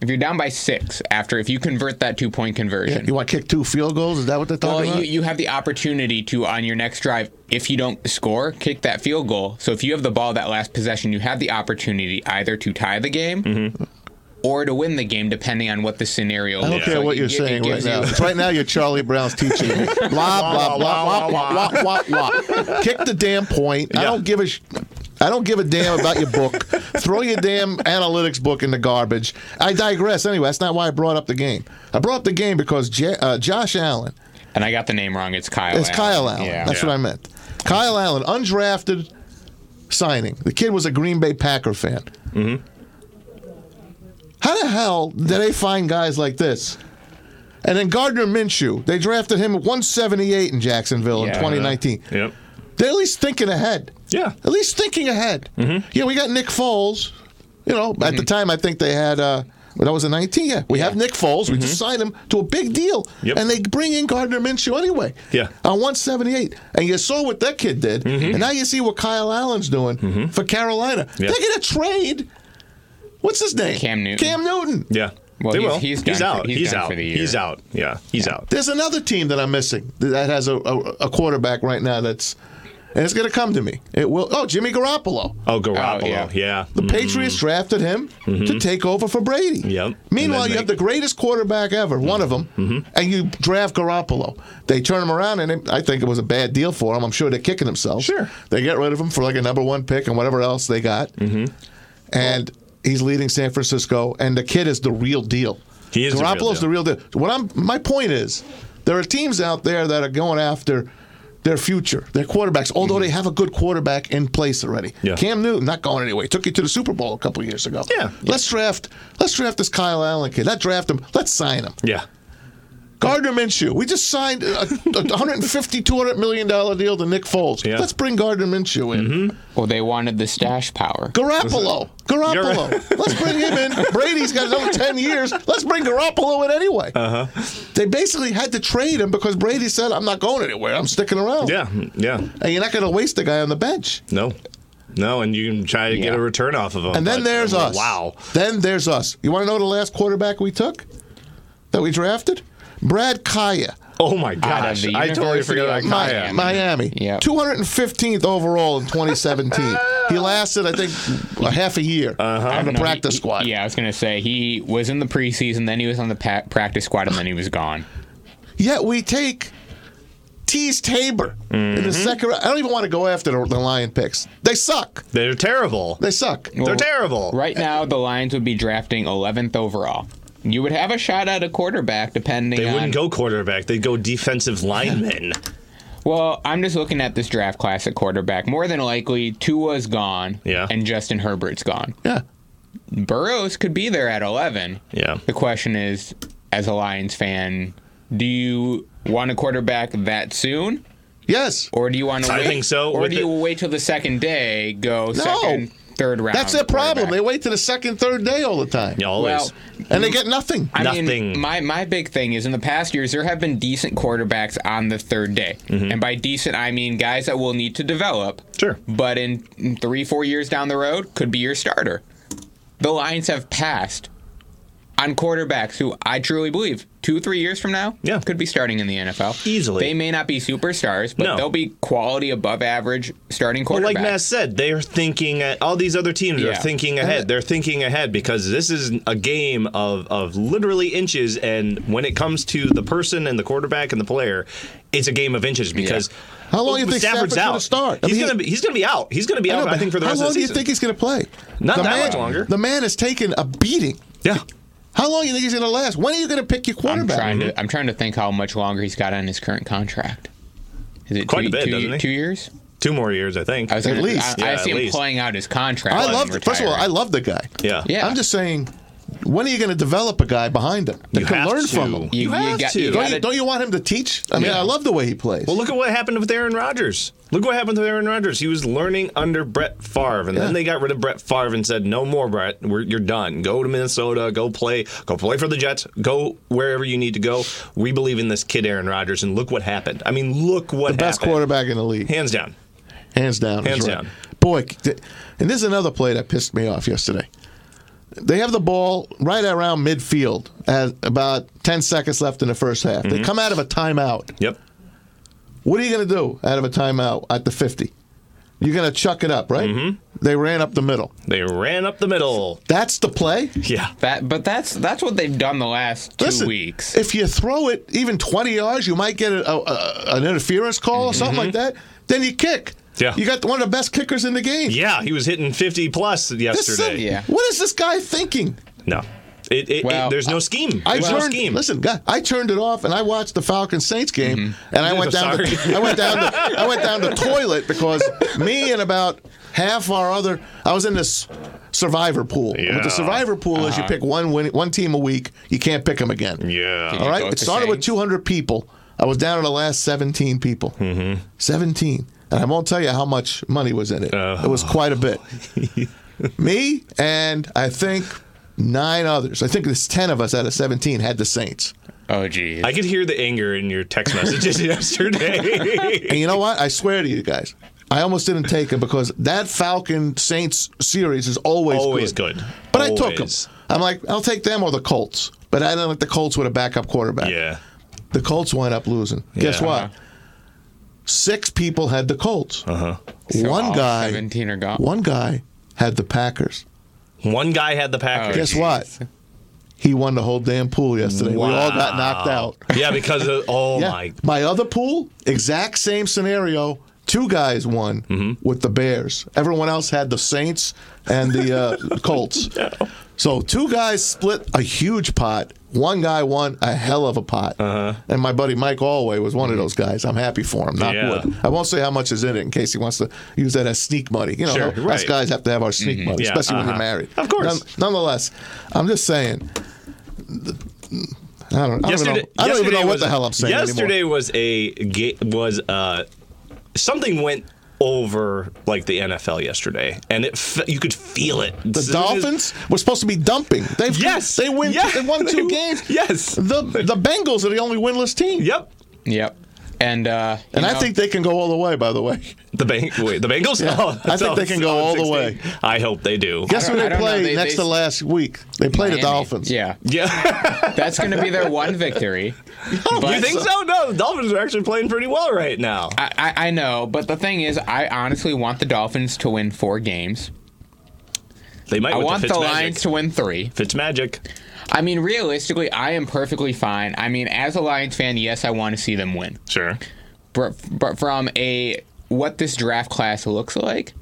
[SPEAKER 3] if you're down by six after, if you convert that two point conversion,
[SPEAKER 1] You want to kick two field goals? Is that what they're
[SPEAKER 3] well,
[SPEAKER 1] talking
[SPEAKER 3] you,
[SPEAKER 1] about?
[SPEAKER 3] you have the opportunity to on your next drive, if you don't score, kick that field goal. So if you have the ball that last possession, you have the opportunity either to tie the game. Or to win the game, depending on what the scenario.
[SPEAKER 1] Mm-hmm. I don't
[SPEAKER 2] Yeah.
[SPEAKER 1] care
[SPEAKER 2] So
[SPEAKER 1] what you're saying right now. right now, you're Charlie Brown's teaching. me. Blah blah blah blah blah blah blah. blah. Kick the damn point. I
[SPEAKER 2] Yeah.
[SPEAKER 1] don't give a. Sh- I don't give a damn about your book. Throw your damn analytics book in the garbage. I digress. Anyway, that's not why I brought up the game. I brought up the game because J- uh, Josh Allen
[SPEAKER 3] And I got the name wrong. It's Kyle.
[SPEAKER 1] it's Kyle Allen.
[SPEAKER 3] Yeah.
[SPEAKER 1] That's
[SPEAKER 2] Yeah.
[SPEAKER 1] what I meant. Kyle Allen, undrafted signing. The kid was a Green Bay Packer fan. Mm-hmm. How the hell do they find guys like this? And then Gardner Minshew, they drafted him at 178 in Jacksonville in
[SPEAKER 3] Yeah.
[SPEAKER 1] 2019.
[SPEAKER 2] yep,
[SPEAKER 1] They're at least thinking ahead.
[SPEAKER 2] yeah.
[SPEAKER 1] At least thinking ahead.
[SPEAKER 2] Mm-hmm.
[SPEAKER 1] Yeah, we got Nick Foles. You know, at the time, I think they had. Uh, well, that was in 19. Yeah, we have Nick Foles. We just signed him to a big deal,
[SPEAKER 2] Mm-hmm. Yep.
[SPEAKER 1] and they bring in Gardner Minshew anyway.
[SPEAKER 2] Yeah. Mm-hmm.
[SPEAKER 1] on 178, and you saw what that kid did, and now you see what Kyle Allen's doing for Carolina.
[SPEAKER 2] Yeah.
[SPEAKER 1] They're gonna trade. What's his name?
[SPEAKER 3] Cam Newton.
[SPEAKER 1] Cam Newton.
[SPEAKER 2] Yeah.
[SPEAKER 3] Well,
[SPEAKER 2] they
[SPEAKER 3] he's-
[SPEAKER 2] will.
[SPEAKER 3] he's done for-
[SPEAKER 2] out.
[SPEAKER 3] he's
[SPEAKER 2] he's
[SPEAKER 3] done
[SPEAKER 2] out.
[SPEAKER 3] for the
[SPEAKER 2] He's
[SPEAKER 3] year.
[SPEAKER 2] out. Yeah. He's out.
[SPEAKER 1] There's another team that I'm missing that has a, a, a quarterback right now that's, and it's gonna come to me. It will. Oh, Jimmy Garoppolo.
[SPEAKER 2] Oh, Garoppolo.
[SPEAKER 3] yeah.
[SPEAKER 2] yeah. Mm.
[SPEAKER 1] The Patriots drafted him to take over for Brady.
[SPEAKER 2] Mm-hmm. Yep.
[SPEAKER 1] Meanwhile,
[SPEAKER 2] And then
[SPEAKER 1] you have
[SPEAKER 2] they- Mm-hmm.
[SPEAKER 1] the greatest quarterback ever, one of them, and you draft Garoppolo. They turn him around, and it, I think it was a bad deal for him. I'm sure they're kicking themselves.
[SPEAKER 2] Sure.
[SPEAKER 1] They get rid of him for like a number one pick and whatever else they got. Mm-hmm. And he's leading San Francisco, and the kid is the real deal.
[SPEAKER 2] He is the real
[SPEAKER 1] Garoppolo's the
[SPEAKER 2] deal.
[SPEAKER 1] real deal. What I'm, my point is, there are teams out there that are going after. Their future, their quarterbacks, although they have a good quarterback in place already.
[SPEAKER 2] Mm-hmm. Yeah.
[SPEAKER 1] Cam Newton not going anywhere. He took you to the Super Bowl a couple years ago.
[SPEAKER 2] Yeah.
[SPEAKER 1] Let's draft. Let's draft this Kyle Allen kid. Let's draft him. Let's sign him.
[SPEAKER 2] Yeah.
[SPEAKER 1] Gardner Minshew. We just signed a, a 150, 200 million dollar deal to Nick Foles.
[SPEAKER 2] Yeah. Mm-hmm.
[SPEAKER 1] Let's bring Gardner Minshew in.
[SPEAKER 3] Well, they wanted the stash power.
[SPEAKER 1] Garoppolo. Garoppolo. Let's bring him in. Brady's got another 10 years. Let's bring Garoppolo in anyway. Uh-huh. They basically had to trade him because Brady said, "I'm not going anywhere. I'm sticking around."
[SPEAKER 2] Yeah. Mm. Yeah.
[SPEAKER 1] And you're not going to waste the guy on the bench.
[SPEAKER 2] No. No, and you can try to get
[SPEAKER 3] Yeah.
[SPEAKER 2] a return off of them.
[SPEAKER 1] And then
[SPEAKER 2] but-
[SPEAKER 1] there's
[SPEAKER 2] well,
[SPEAKER 1] us.
[SPEAKER 2] Wow.
[SPEAKER 1] Then there's us. You want to know the last quarterback we took that we drafted? Brad Kaya,
[SPEAKER 2] Oh my gosh.
[SPEAKER 3] the
[SPEAKER 2] I totally
[SPEAKER 3] University
[SPEAKER 2] forgot about
[SPEAKER 3] of
[SPEAKER 2] Kaya.
[SPEAKER 1] Mi- Miami.
[SPEAKER 3] Yep.
[SPEAKER 1] 215th overall in 2017. he lasted, I think, a half a year
[SPEAKER 2] Uh-huh.
[SPEAKER 1] on the
[SPEAKER 3] No, he-
[SPEAKER 1] practice
[SPEAKER 3] he-
[SPEAKER 1] squad.
[SPEAKER 3] Yeah, I was gonna say he was in the preseason, then he was on the pa- practice squad, and then he was gone.
[SPEAKER 1] Yet we take Tease Tabor in
[SPEAKER 2] Mm-hmm.
[SPEAKER 1] the second round. I don't even want to go after the, the Lion picks. They suck.
[SPEAKER 2] They're terrible.
[SPEAKER 1] They suck.
[SPEAKER 2] They're
[SPEAKER 3] Well,
[SPEAKER 2] terrible.
[SPEAKER 3] Right now, the Lions would be drafting 11th overall. You would have a shot at a quarterback, depending.
[SPEAKER 2] They
[SPEAKER 3] on,
[SPEAKER 2] wouldn't go quarterback. They'd go defensive linemen.
[SPEAKER 3] Well, I'm just looking at this draft class at quarterback. More than likely, Tua's gone,
[SPEAKER 2] Yeah.
[SPEAKER 3] and Justin Herbert's gone.
[SPEAKER 1] Yeah.
[SPEAKER 3] Burrows could be there at 11.
[SPEAKER 2] Yeah.
[SPEAKER 3] The question is, as a Lions fan, do you want a quarterback that soon?
[SPEAKER 1] Yes.
[SPEAKER 3] Or do you want to?
[SPEAKER 2] I
[SPEAKER 3] wait,
[SPEAKER 2] think so,
[SPEAKER 3] Or
[SPEAKER 2] with
[SPEAKER 3] do you
[SPEAKER 2] the-
[SPEAKER 3] wait till the second day? Go second, third round.
[SPEAKER 1] That's their problem. They
[SPEAKER 3] quarterback?
[SPEAKER 1] wait to the second, third day all the time.
[SPEAKER 2] Yeah, Always.
[SPEAKER 3] Well,
[SPEAKER 1] And they get nothing.
[SPEAKER 3] I
[SPEAKER 2] Nothing.
[SPEAKER 3] mean, my my big thing is in the past years there have been decent quarterbacks on the third day, and by decent I mean guys that will need to develop.
[SPEAKER 2] Mm-hmm. Sure.
[SPEAKER 3] But in in three four years down the road, could be your starter. The Lions have passed on quarterbacks who I truly believe two three years from now
[SPEAKER 2] Yeah.
[SPEAKER 3] could be starting in the NFL
[SPEAKER 2] Easily.
[SPEAKER 3] They may not be superstars, but
[SPEAKER 2] No.
[SPEAKER 3] they'll be quality above average starting
[SPEAKER 2] Well,
[SPEAKER 3] quarterbacks.
[SPEAKER 2] like Matt said, they're thinking. At, all these other teams are
[SPEAKER 3] Yeah.
[SPEAKER 2] thinking ahead. They're thinking ahead because this is a game of of literally inches. And when it comes to the person and the quarterback and the player, it's a game of inches because.
[SPEAKER 1] How long do you think Stafford's
[SPEAKER 2] out?
[SPEAKER 1] gonna start? I
[SPEAKER 2] He's
[SPEAKER 1] mean,
[SPEAKER 2] gonna be he's gonna be out. He's gonna be
[SPEAKER 1] know,
[SPEAKER 2] out. I
[SPEAKER 1] but
[SPEAKER 2] think for the
[SPEAKER 1] how
[SPEAKER 2] rest of
[SPEAKER 1] long
[SPEAKER 2] the
[SPEAKER 1] do you
[SPEAKER 2] season.
[SPEAKER 1] think he's going to play?
[SPEAKER 2] Not
[SPEAKER 1] the
[SPEAKER 2] that
[SPEAKER 1] man,
[SPEAKER 2] much longer.
[SPEAKER 1] The man has taken a beating.
[SPEAKER 2] yeah,
[SPEAKER 1] How long do you think he's going to last? When are you going to pick your
[SPEAKER 3] I'm
[SPEAKER 1] quarterback?
[SPEAKER 3] trying
[SPEAKER 2] mm-hmm.
[SPEAKER 3] to. I'm trying to think how much longer he's got on his current contract. Is it
[SPEAKER 2] Quite
[SPEAKER 3] two,
[SPEAKER 2] a bit,
[SPEAKER 3] two-
[SPEAKER 2] doesn't he?
[SPEAKER 3] two years?
[SPEAKER 2] Two more years, I think.
[SPEAKER 3] I was gonna-
[SPEAKER 1] least.
[SPEAKER 3] I, I
[SPEAKER 2] Yeah,
[SPEAKER 3] see
[SPEAKER 2] at
[SPEAKER 3] him
[SPEAKER 2] least.
[SPEAKER 3] playing out his contract.
[SPEAKER 1] I
[SPEAKER 3] and
[SPEAKER 1] love.
[SPEAKER 3] retiring.
[SPEAKER 1] First of all, I love the guy.
[SPEAKER 2] yeah.
[SPEAKER 3] Yeah.
[SPEAKER 1] I'm just saying, when are you going to develop a guy behind him that
[SPEAKER 2] You
[SPEAKER 1] can
[SPEAKER 2] have
[SPEAKER 1] learn
[SPEAKER 2] to.
[SPEAKER 1] from him?
[SPEAKER 2] You,
[SPEAKER 3] You- you
[SPEAKER 2] have
[SPEAKER 3] got-
[SPEAKER 2] to.
[SPEAKER 3] you
[SPEAKER 1] Don't
[SPEAKER 3] gotta-
[SPEAKER 1] you, don't you want him to teach? I mean,
[SPEAKER 3] Yeah.
[SPEAKER 1] I love the way he plays.
[SPEAKER 2] Well, look at what happened with Aaron Rodgers. Look what happened with Aaron Rodgers. He was learning under Brett Favre, and
[SPEAKER 1] Yeah.
[SPEAKER 2] then they got rid of Brett Favre and said, "No more, Brett. We're, you're done. Go to Minnesota. Go play. Go play for the Jets. Go wherever you need to go. We believe in this kid, Aaron Rodgers." And look what happened. I mean, look what
[SPEAKER 1] the best
[SPEAKER 2] happened.
[SPEAKER 1] quarterback in the league,
[SPEAKER 2] hands down.
[SPEAKER 1] hands down. he's
[SPEAKER 2] Hands
[SPEAKER 1] right.
[SPEAKER 2] down.
[SPEAKER 1] Boy, th- and this is another play that pissed me off yesterday. They have the ball right around midfield, at about ten seconds left in the first half.
[SPEAKER 2] Mm-hmm.
[SPEAKER 1] They come out of a timeout.
[SPEAKER 2] Yep.
[SPEAKER 1] What are you going to do out of a timeout at the 50? You're going to chuck it up, right?
[SPEAKER 2] Mm-hmm.
[SPEAKER 1] They ran up the middle.
[SPEAKER 2] They ran up the middle.
[SPEAKER 1] That's the play.
[SPEAKER 2] Yeah.
[SPEAKER 3] That, but that's that's what they've done the last two weeks.
[SPEAKER 1] If you throw it even 20 yards, you might get a, a, a- an interference call or something like that. Then you kick.
[SPEAKER 2] Mm-hmm. Yeah.
[SPEAKER 1] You got one of the best kickers in the game.
[SPEAKER 2] Yeah. He was hitting 50 plus
[SPEAKER 1] This is-
[SPEAKER 2] yesterday.
[SPEAKER 3] Yeah.
[SPEAKER 1] What is this guy thinking?
[SPEAKER 2] No. It, it,
[SPEAKER 3] Well,
[SPEAKER 2] it, there's no scheme.
[SPEAKER 1] I
[SPEAKER 2] There's no
[SPEAKER 1] turned.
[SPEAKER 2] scheme.
[SPEAKER 1] Listen, God, I turned it off and I watched the Falcons Saints game, and I
[SPEAKER 2] I'm
[SPEAKER 1] went down.
[SPEAKER 2] Mm-hmm. sorry.
[SPEAKER 1] To, I went down. To, I went down to toilet because me and about half our other. I was in this survivor pool. And What
[SPEAKER 2] Yeah. Uh-huh.
[SPEAKER 1] the survivor pool is, you pick one win, one team a week. You can't pick them again.
[SPEAKER 2] Yeah.
[SPEAKER 1] All
[SPEAKER 3] You
[SPEAKER 1] right.
[SPEAKER 3] go with
[SPEAKER 1] It
[SPEAKER 3] the
[SPEAKER 1] started with
[SPEAKER 3] Saints.
[SPEAKER 1] 200 people. I was down to the last 17 people. Mm-hmm. 17. And I won't tell you how much money was in it. It was quite a bit. Me and I think nine others. I think there's 10 of us out of 17 had the Saints.
[SPEAKER 3] oh geez.
[SPEAKER 2] I could hear the anger in your text messages yesterday.
[SPEAKER 1] And you know what? I swear to you guys, I almost didn't take it because that Falcon Saints series is always,
[SPEAKER 2] Always
[SPEAKER 1] good.
[SPEAKER 2] good.
[SPEAKER 1] But I took them.
[SPEAKER 2] Always.
[SPEAKER 1] I'm like, I'll take them or the Colts. But I don't like the Colts with a backup quarterback.
[SPEAKER 2] Yeah.
[SPEAKER 1] The Colts wind up losing. Guess
[SPEAKER 2] Yeah.
[SPEAKER 1] what? Six people had the Colts.
[SPEAKER 2] Uh-huh.
[SPEAKER 3] So
[SPEAKER 1] one
[SPEAKER 3] all
[SPEAKER 1] guy,
[SPEAKER 3] Seventeen are gone.
[SPEAKER 1] one guy had the Packers.
[SPEAKER 2] One guy had the Packers.
[SPEAKER 1] Guess what? He won the whole damn pool yesterday. We all got knocked out.
[SPEAKER 2] Yeah, because of, oh
[SPEAKER 1] Yeah.
[SPEAKER 2] my,
[SPEAKER 1] My other pool, exact same scenario. Two guys won
[SPEAKER 2] Mm-hmm.
[SPEAKER 1] with the Bears. Everyone else had the Saints and the uh, Colts. So two guys split a huge pot. One guy won a hell of a pot.
[SPEAKER 2] Uh-huh.
[SPEAKER 1] And my buddy Mike Allway was one of those guys. I'm happy for him. Knock
[SPEAKER 2] Mm-hmm. Yeah.
[SPEAKER 1] wood. I won't say how much is in it in case he wants to use that as sneak money. You know,
[SPEAKER 2] Sure,
[SPEAKER 1] us
[SPEAKER 2] right.
[SPEAKER 1] guys have to have our sneak money,
[SPEAKER 2] Yeah,
[SPEAKER 1] especially when
[SPEAKER 2] uh-huh.
[SPEAKER 1] you're married.
[SPEAKER 2] Of course.
[SPEAKER 1] nonetheless, I'm just saying. I don't, I don't, even know,
[SPEAKER 2] yesterday.
[SPEAKER 1] I don't even
[SPEAKER 2] yesterday
[SPEAKER 1] know what
[SPEAKER 2] was-
[SPEAKER 1] the hell I'm saying anymore.
[SPEAKER 2] Yesterday was a ga- was uh something went over like the NFL yesterday, and it fe- you could feel it.
[SPEAKER 1] The Dolphins were supposed to be dumping. They've
[SPEAKER 2] Yes.
[SPEAKER 1] they win.
[SPEAKER 2] Yeah.
[SPEAKER 1] They won two
[SPEAKER 2] They-
[SPEAKER 1] games.
[SPEAKER 2] yes.
[SPEAKER 1] the the Bengals are the only winless team.
[SPEAKER 2] Yep.
[SPEAKER 3] Yep. And uh, you
[SPEAKER 1] and I
[SPEAKER 3] know,
[SPEAKER 1] think they can go all the way. By the way,
[SPEAKER 2] The bank. Wait, the Bengals.
[SPEAKER 1] Yeah.
[SPEAKER 2] Oh,
[SPEAKER 1] I think they can go all the
[SPEAKER 2] 16. I hope they do.
[SPEAKER 1] guess
[SPEAKER 3] I
[SPEAKER 1] who
[SPEAKER 3] don't-
[SPEAKER 1] they
[SPEAKER 3] I don't know.
[SPEAKER 1] played
[SPEAKER 3] They-
[SPEAKER 1] next
[SPEAKER 3] they-
[SPEAKER 1] to last week? They played the
[SPEAKER 3] Miami.
[SPEAKER 1] Dolphins.
[SPEAKER 3] Yeah,
[SPEAKER 2] Yeah.
[SPEAKER 3] that's going to be their one victory.
[SPEAKER 2] you think so? No, the Dolphins are actually playing pretty well right now.
[SPEAKER 3] I, I, I know, but the thing is, I honestly want the Dolphins to win four games.
[SPEAKER 2] They might.
[SPEAKER 3] I
[SPEAKER 2] with
[SPEAKER 3] want
[SPEAKER 2] the
[SPEAKER 3] the, Lions to win three.
[SPEAKER 2] Fitz Magic.
[SPEAKER 3] I mean, realistically, I am perfectly fine. I mean, as a Lions fan, yes, I want to see them win.
[SPEAKER 2] Sure.
[SPEAKER 3] But, but from a what this draft class looks like,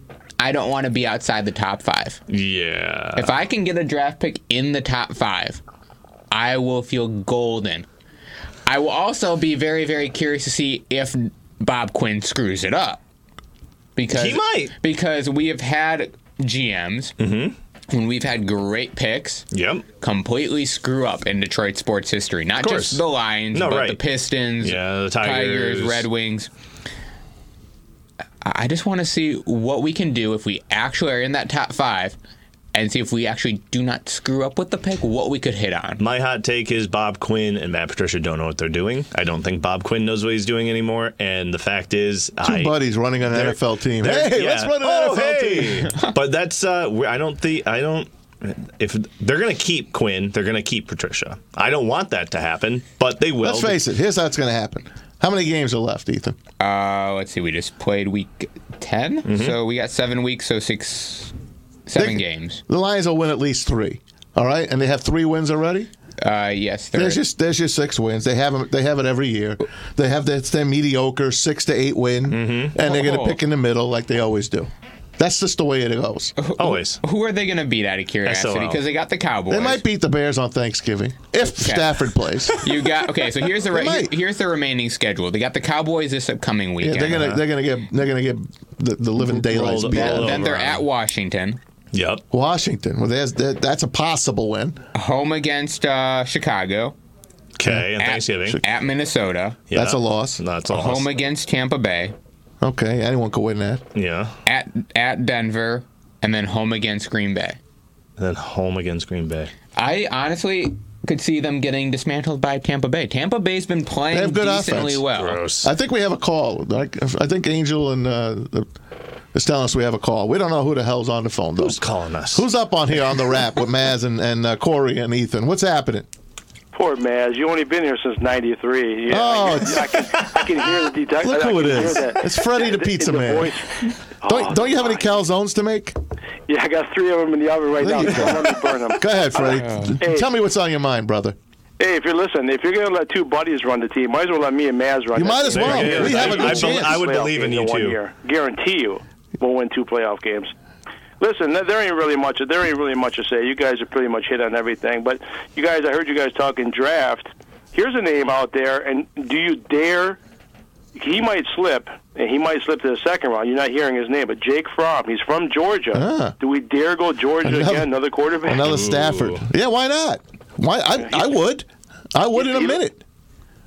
[SPEAKER 3] I don't want to be outside the top five.
[SPEAKER 2] Yeah.
[SPEAKER 3] If I can get a draft pick in the top five, I will feel golden. I will also be very, very curious to see if Bob Quinn screws it up. Because
[SPEAKER 2] He might.
[SPEAKER 3] Because we have had GMs
[SPEAKER 2] Mm-hmm.
[SPEAKER 3] when we've had great picks
[SPEAKER 2] Yep.
[SPEAKER 3] completely screw up in Detroit sports history. Not
[SPEAKER 2] course.
[SPEAKER 3] just the Lions,
[SPEAKER 2] No,
[SPEAKER 3] but
[SPEAKER 2] right.
[SPEAKER 3] the Pistons,
[SPEAKER 2] Yeah, the Tigers.
[SPEAKER 3] Tigers, Red Wings. I I just want to see what we can do if we actually are in that top five and see if we actually do not screw up with the pick, what we could hit on.
[SPEAKER 2] My hot take is Bob Quinn and Matt Patricia don't know what they're doing. I don't think Bob Quinn knows what he's doing anymore. And the fact is,
[SPEAKER 1] Two
[SPEAKER 2] I.
[SPEAKER 1] buddies running an
[SPEAKER 2] They're-
[SPEAKER 1] NFL team.
[SPEAKER 2] they're-
[SPEAKER 1] Hey,
[SPEAKER 2] yeah.
[SPEAKER 1] let's run an
[SPEAKER 2] Oh,
[SPEAKER 1] NFL team.
[SPEAKER 2] hey. but that's. Uh, we- I don't think. I don't. If they're going to keep Quinn, they're going to keep Patricia. I don't want that to happen, but they will.
[SPEAKER 1] Let's face it. Here's how it's going to happen. How many games are left, Ethan?
[SPEAKER 3] Uh, let's see, we just played week 10. So we got seven weeks, so six, seven
[SPEAKER 1] Mm-hmm. They-
[SPEAKER 3] games.
[SPEAKER 1] The Lions will win at least three. All right, and they have three wins already.
[SPEAKER 3] Uh, yes, there
[SPEAKER 1] There's
[SPEAKER 3] is.
[SPEAKER 1] just there's just six wins. They have 'em- They have it every year. They have that their mediocre six to eight win, and they're going to
[SPEAKER 3] Oh.
[SPEAKER 1] pick in the middle like they always do. That's just the way it goes.
[SPEAKER 2] Always.
[SPEAKER 3] Who are they going to beat out of curiosity?
[SPEAKER 2] SOL.
[SPEAKER 3] Because they got the Cowboys.
[SPEAKER 1] They might beat the Bears on Thanksgiving if Stafford plays.
[SPEAKER 3] You got okay. So here's the re-
[SPEAKER 1] might.
[SPEAKER 3] here's the remaining schedule. They got the Cowboys this upcoming
[SPEAKER 1] Yeah,
[SPEAKER 3] weekend.
[SPEAKER 1] they're gonna they're gonna get they're gonna get the, the living daylights
[SPEAKER 2] Rolled-
[SPEAKER 1] beat
[SPEAKER 2] rolled
[SPEAKER 1] out of
[SPEAKER 2] up.
[SPEAKER 1] them.
[SPEAKER 3] then they're
[SPEAKER 2] Overall.
[SPEAKER 3] at Washington,
[SPEAKER 2] Yep.
[SPEAKER 1] Washington. Well, there's that, that's a possible win.
[SPEAKER 3] home against uh, Chicago,
[SPEAKER 2] Okay. And
[SPEAKER 3] at-
[SPEAKER 2] Thanksgiving.
[SPEAKER 3] at Minnesota,
[SPEAKER 2] Yeah.
[SPEAKER 1] That's a loss.
[SPEAKER 2] That's a loss.
[SPEAKER 3] home against Tampa Bay,
[SPEAKER 1] Okay, anyone could win that.
[SPEAKER 2] Yeah.
[SPEAKER 3] at at Denver, and then home against Green Bay.
[SPEAKER 2] And then home against Green Bay.
[SPEAKER 3] I honestly could see them getting dismantled by Tampa Bay. Tampa Bay's been playing
[SPEAKER 1] They have good
[SPEAKER 3] decently
[SPEAKER 1] offense.
[SPEAKER 3] well.
[SPEAKER 2] Gross.
[SPEAKER 1] I think we have a call. I, I think Angel and uh, the- is telling us we have a call. We don't know who the hell's on the phone though.
[SPEAKER 2] Who's calling us?
[SPEAKER 1] Who's up on here on the rap with Maz and, and uh, Corey and Ethan? What's happening?
[SPEAKER 4] Poor Maz, you only been here since '93.
[SPEAKER 1] Oh,
[SPEAKER 4] Yeah, I,
[SPEAKER 1] it's-
[SPEAKER 4] can, I, can, I can hear the detect-
[SPEAKER 1] Look
[SPEAKER 4] I can
[SPEAKER 1] who it
[SPEAKER 4] hear
[SPEAKER 1] is.
[SPEAKER 4] that-
[SPEAKER 1] It's Freddie the
[SPEAKER 4] in
[SPEAKER 1] Pizza
[SPEAKER 4] in
[SPEAKER 1] Man.
[SPEAKER 4] voice.
[SPEAKER 1] Don't,
[SPEAKER 4] Oh,
[SPEAKER 1] don't you have any
[SPEAKER 4] my.
[SPEAKER 1] calzones to make?
[SPEAKER 4] Yeah, I got three of them in the oven right
[SPEAKER 1] There
[SPEAKER 4] now.
[SPEAKER 1] you
[SPEAKER 4] So
[SPEAKER 1] go.
[SPEAKER 4] let me burn them.
[SPEAKER 1] Go ahead, Freddie.
[SPEAKER 4] Hey.
[SPEAKER 1] Tell me what's on your mind, brother.
[SPEAKER 4] Hey, if you're listening, if you're gonna let two buddies run the team, might as well let me and Maz run.
[SPEAKER 1] You
[SPEAKER 4] that
[SPEAKER 1] might as
[SPEAKER 4] team.
[SPEAKER 1] well.
[SPEAKER 2] There it is.
[SPEAKER 1] We have a
[SPEAKER 2] I- I
[SPEAKER 1] good
[SPEAKER 2] bel-
[SPEAKER 1] chance.
[SPEAKER 2] I would
[SPEAKER 4] playoff
[SPEAKER 2] believe in
[SPEAKER 4] games
[SPEAKER 2] you,
[SPEAKER 4] one
[SPEAKER 2] too.
[SPEAKER 4] Year. Guarantee you, we'll win two playoff games. Listen, th- there ain't really much. There ain't really much to say. You guys are pretty much hit on everything. But you guys, I heard you guys talking draft. Here's a name out there, and do you dare? He might slip, and he might slip to the second round. You're not hearing his name, but Jake Fromm. He's from Georgia.
[SPEAKER 1] Ah.
[SPEAKER 4] Do we dare go Georgia
[SPEAKER 1] Another-
[SPEAKER 4] again? Another quarterback.
[SPEAKER 1] Another Stafford. Yeah, why not? Why I, I would. I would in a
[SPEAKER 4] He- he-
[SPEAKER 1] minute.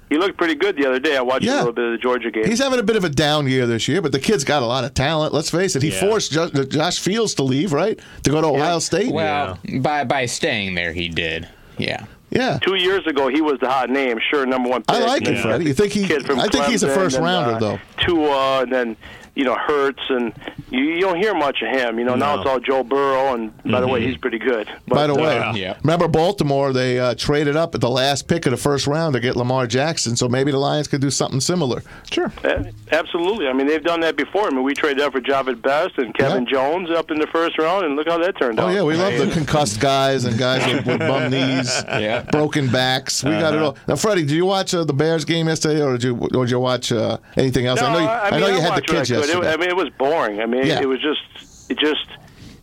[SPEAKER 4] He looked pretty good the other day. I watched
[SPEAKER 1] Yeah.
[SPEAKER 4] a little bit of the Georgia game.
[SPEAKER 1] He's having a bit of a down year this year, but the kid's got a lot of talent. Let's face it. He
[SPEAKER 2] Yeah.
[SPEAKER 1] forced jo- uh, Josh Fields to leave, right? To go to Ohio State.
[SPEAKER 3] Well, by by staying there, he did. Yeah.
[SPEAKER 1] yeah.
[SPEAKER 4] Two years ago, he was the hot name, sure number one. Pick.
[SPEAKER 1] I like it,
[SPEAKER 2] Yeah.
[SPEAKER 1] Freddie. You think he?
[SPEAKER 4] Kid from
[SPEAKER 1] I think he's a
[SPEAKER 4] Clemson,
[SPEAKER 1] first
[SPEAKER 4] and,
[SPEAKER 1] rounder,
[SPEAKER 4] uh,
[SPEAKER 1] though.
[SPEAKER 4] Tua, and then you know Hurts, and you, you don't hear much of him. You know now
[SPEAKER 2] No. Mm-hmm.
[SPEAKER 4] it's all Joe Burrow, and by the way, he's pretty good. But, uh,
[SPEAKER 1] By the way,
[SPEAKER 2] Yeah.
[SPEAKER 3] Yeah.
[SPEAKER 1] remember Baltimore? They uh, traded up at the last pick of the first round to get Lamar Jackson, so maybe the Lions could do something similar. Sure.
[SPEAKER 4] uh, absolutely. I mean, they've done that before. I mean, we traded up for Javid Best and Kevin
[SPEAKER 1] Yeah.
[SPEAKER 4] Jones up in the first round, and look how that turned
[SPEAKER 1] Oh
[SPEAKER 4] out.
[SPEAKER 1] yeah, we love the concussed guys and guys with, with bum knees,
[SPEAKER 3] Yeah. Uh-huh.
[SPEAKER 1] broken backs. We got it all. Now, Freddie, did you watch uh, the Bears game yesterday, or did you or did you watch uh, anything else?
[SPEAKER 4] No,
[SPEAKER 1] I know you, I
[SPEAKER 4] mean,
[SPEAKER 1] know you had the
[SPEAKER 4] watched what
[SPEAKER 1] kids
[SPEAKER 4] I could. It-
[SPEAKER 1] yesterday.
[SPEAKER 4] I mean, it was boring. I mean,
[SPEAKER 1] Yeah.
[SPEAKER 4] it was just, it just,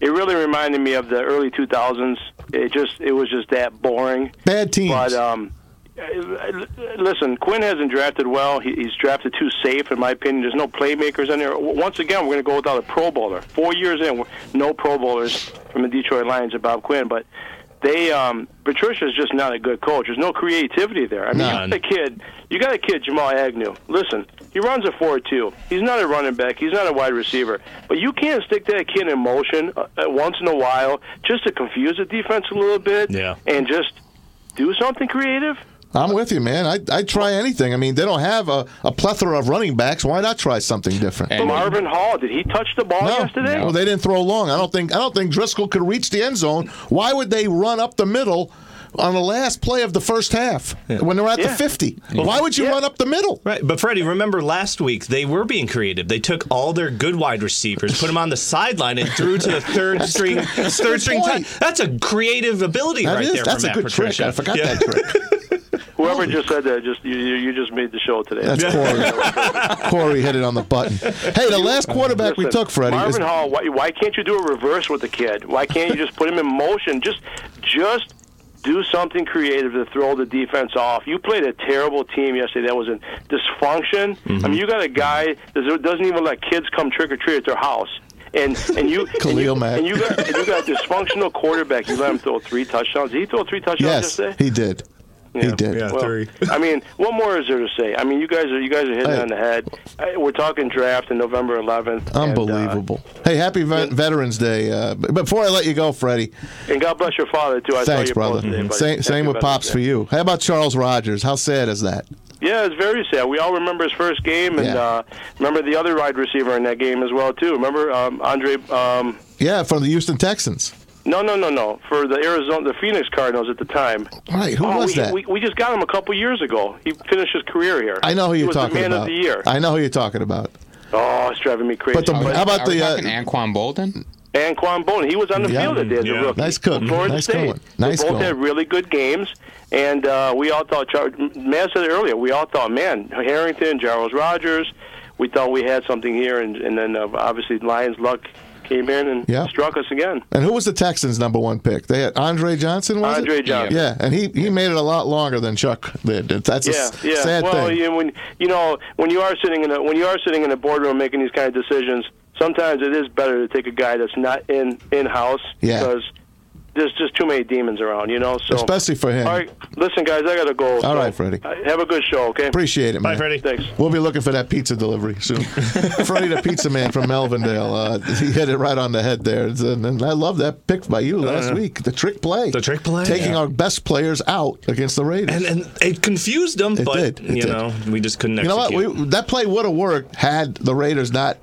[SPEAKER 4] it really reminded me of the early 2000s. It just, it was just that boring.
[SPEAKER 1] Bad teams.
[SPEAKER 4] But um, l- l- listen, Quinn hasn't drafted well. He, he's drafted too safe, in my opinion. There's no playmakers in there. W- Once again, we're going to go without a Pro Bowler. Four years in, we're- no Pro Bowlers from the Detroit Lions and Bob Quinn. But they, um, Patricia's just not a good coach. There's no creativity there. I mean,
[SPEAKER 1] None.
[SPEAKER 4] you got a kid, you got a kid, Jamal Agnew. Listen, he runs a four-two. He's not a running back. He's not a wide receiver. But you can't stick that kid in motion uh, uh, once in a while just to confuse the defense a little bit.
[SPEAKER 2] Yeah.
[SPEAKER 4] And just do something creative.
[SPEAKER 1] I'm with you, man. I I try anything. I mean, they don't have a, a plethora of running backs. Why not try something different?
[SPEAKER 3] And-
[SPEAKER 4] Marvin Hall, did he touch the ball
[SPEAKER 2] Oh,
[SPEAKER 4] Oh, yesterday?
[SPEAKER 1] Well, they didn't throw long. I don't think. I don't think Driscoll could reach the end zone. Why would they run up the middle on the last play of the first half when they're at the
[SPEAKER 4] Yeah.
[SPEAKER 1] 50? Why would you
[SPEAKER 4] Yeah.
[SPEAKER 1] run up the middle?
[SPEAKER 2] Right, but Freddie, remember last week they were being creative. They took all their good wide receivers, put them on the sideline, and threw to the third string, third string.
[SPEAKER 1] point.
[SPEAKER 2] tight. That's a creative ability
[SPEAKER 1] That
[SPEAKER 2] right
[SPEAKER 1] is-
[SPEAKER 2] there.
[SPEAKER 1] That's
[SPEAKER 2] from
[SPEAKER 1] a
[SPEAKER 2] Matt
[SPEAKER 1] good
[SPEAKER 2] Patricia.
[SPEAKER 1] trick. I forgot
[SPEAKER 2] Yeah.
[SPEAKER 1] that trick.
[SPEAKER 4] Whoever just said that, just you, you you just made the show today.
[SPEAKER 1] That's Corey. Corey hit it on the button. Hey, the last quarterback we
[SPEAKER 4] Listen,
[SPEAKER 1] took, Freddie.
[SPEAKER 4] Marvin
[SPEAKER 1] is-
[SPEAKER 4] Hall, why, why can't you do a reverse with the kid? Why can't you just put him in motion? Just, just do something creative to throw the defense off. You played a terrible team yesterday. That was in dysfunction.
[SPEAKER 1] Mm-hmm.
[SPEAKER 4] I mean, you got a guy that doesn't even let kids come trick or treat at their house. And and you and
[SPEAKER 1] Khalil
[SPEAKER 4] you,
[SPEAKER 1] Mack.
[SPEAKER 4] and you got and you got a dysfunctional quarterback. You let him throw three touchdowns. Did he throw three touchdowns
[SPEAKER 1] yes,
[SPEAKER 4] yesterday?
[SPEAKER 1] he did. He
[SPEAKER 4] Yeah.
[SPEAKER 1] did.
[SPEAKER 2] Yeah.
[SPEAKER 4] Well,
[SPEAKER 2] three.
[SPEAKER 4] I mean, what more is there to say? I mean, you guys are you guys are hitting
[SPEAKER 1] Hey.
[SPEAKER 4] on the head. I, we're talking draft in November 11th. And, uh,
[SPEAKER 1] Unbelievable. hey, happy Ve- Veterans Day. Uh, b- before I let you go, Freddie,
[SPEAKER 4] and God bless your father too. I saw
[SPEAKER 1] thanks,
[SPEAKER 4] your
[SPEAKER 1] brother.
[SPEAKER 4] post today, buddy.
[SPEAKER 1] Same,
[SPEAKER 4] Happy
[SPEAKER 1] same with
[SPEAKER 4] Veterans
[SPEAKER 1] Pops
[SPEAKER 4] Day.
[SPEAKER 1] for you. How about Charles Rogers? How sad is that?
[SPEAKER 4] Yeah, it's very sad. We all remember his first game, and
[SPEAKER 1] Yeah.
[SPEAKER 4] uh, remember the other wide receiver in that game as well too. Remember um, Andre? Um,
[SPEAKER 1] Yeah, from the Houston Texans.
[SPEAKER 4] no, no, no, no. For the Arizona, the Phoenix Cardinals at the time.
[SPEAKER 1] Right. Who
[SPEAKER 4] oh,
[SPEAKER 1] was
[SPEAKER 4] we,
[SPEAKER 1] that?
[SPEAKER 4] We, we just got him a couple years ago. He finished his career here.
[SPEAKER 1] I know who
[SPEAKER 4] he
[SPEAKER 1] you're
[SPEAKER 4] was
[SPEAKER 1] talking
[SPEAKER 4] the man
[SPEAKER 1] about.
[SPEAKER 4] of the year.
[SPEAKER 1] I know who you're talking about.
[SPEAKER 4] oh, it's driving me crazy.
[SPEAKER 1] But the- how about
[SPEAKER 3] Are we
[SPEAKER 1] the, uh,
[SPEAKER 3] talking Anquan Bolden?
[SPEAKER 4] and Quan Bolden. He was on the
[SPEAKER 1] Yeah.
[SPEAKER 4] field today as
[SPEAKER 2] Yeah.
[SPEAKER 4] a rookie.
[SPEAKER 1] Nice cook.
[SPEAKER 4] For Florida
[SPEAKER 1] Nice
[SPEAKER 4] State.
[SPEAKER 1] going. Nice
[SPEAKER 4] they both
[SPEAKER 1] going.
[SPEAKER 4] had really good games, and uh, we all thought. Char- Man said it earlier. We all thought, man, Harrington, Charles Rogers. We thought we had something here, and, and then uh, obviously Lions' luck came in and
[SPEAKER 1] Yeah.
[SPEAKER 4] struck us again.
[SPEAKER 1] And who was the Texans' number one pick? They had Andre Johnson. Was it?
[SPEAKER 4] Andre Johnson.
[SPEAKER 1] Yeah, and he, he made it a lot longer than Chuck did. That's a
[SPEAKER 4] Yeah,
[SPEAKER 1] s-
[SPEAKER 4] yeah.
[SPEAKER 1] sad
[SPEAKER 4] well,
[SPEAKER 1] thing.
[SPEAKER 4] You, when you know when you are sitting in a when you are sitting in a boardroom making these kind of decisions, sometimes it is better to take a guy that's not in in house
[SPEAKER 1] Yeah.
[SPEAKER 4] because there's just too many demons around. You know, so
[SPEAKER 1] Especially for him.
[SPEAKER 4] All right, listen, guys, I gotta go. All right,
[SPEAKER 1] All right, Freddie.
[SPEAKER 4] Have a good show, okay?
[SPEAKER 1] Appreciate it, man.
[SPEAKER 2] Bye, Freddie.
[SPEAKER 4] Thanks.
[SPEAKER 1] We'll be looking for that pizza delivery soon. Freddie the Pizza Man from Melvindale. Uh, he hit it right on the head there. It's- uh, And and I love that pick by you last week. The trick play.
[SPEAKER 2] Uh-huh. The trick play,
[SPEAKER 1] Taking
[SPEAKER 2] yeah.
[SPEAKER 1] our best players out against the Raiders.
[SPEAKER 2] And, and it confused them,
[SPEAKER 1] It
[SPEAKER 2] but
[SPEAKER 1] did, it
[SPEAKER 2] you
[SPEAKER 1] did.
[SPEAKER 2] know we just couldn't.
[SPEAKER 1] you know what?
[SPEAKER 2] execute.
[SPEAKER 1] We, that play would have worked had the Raiders not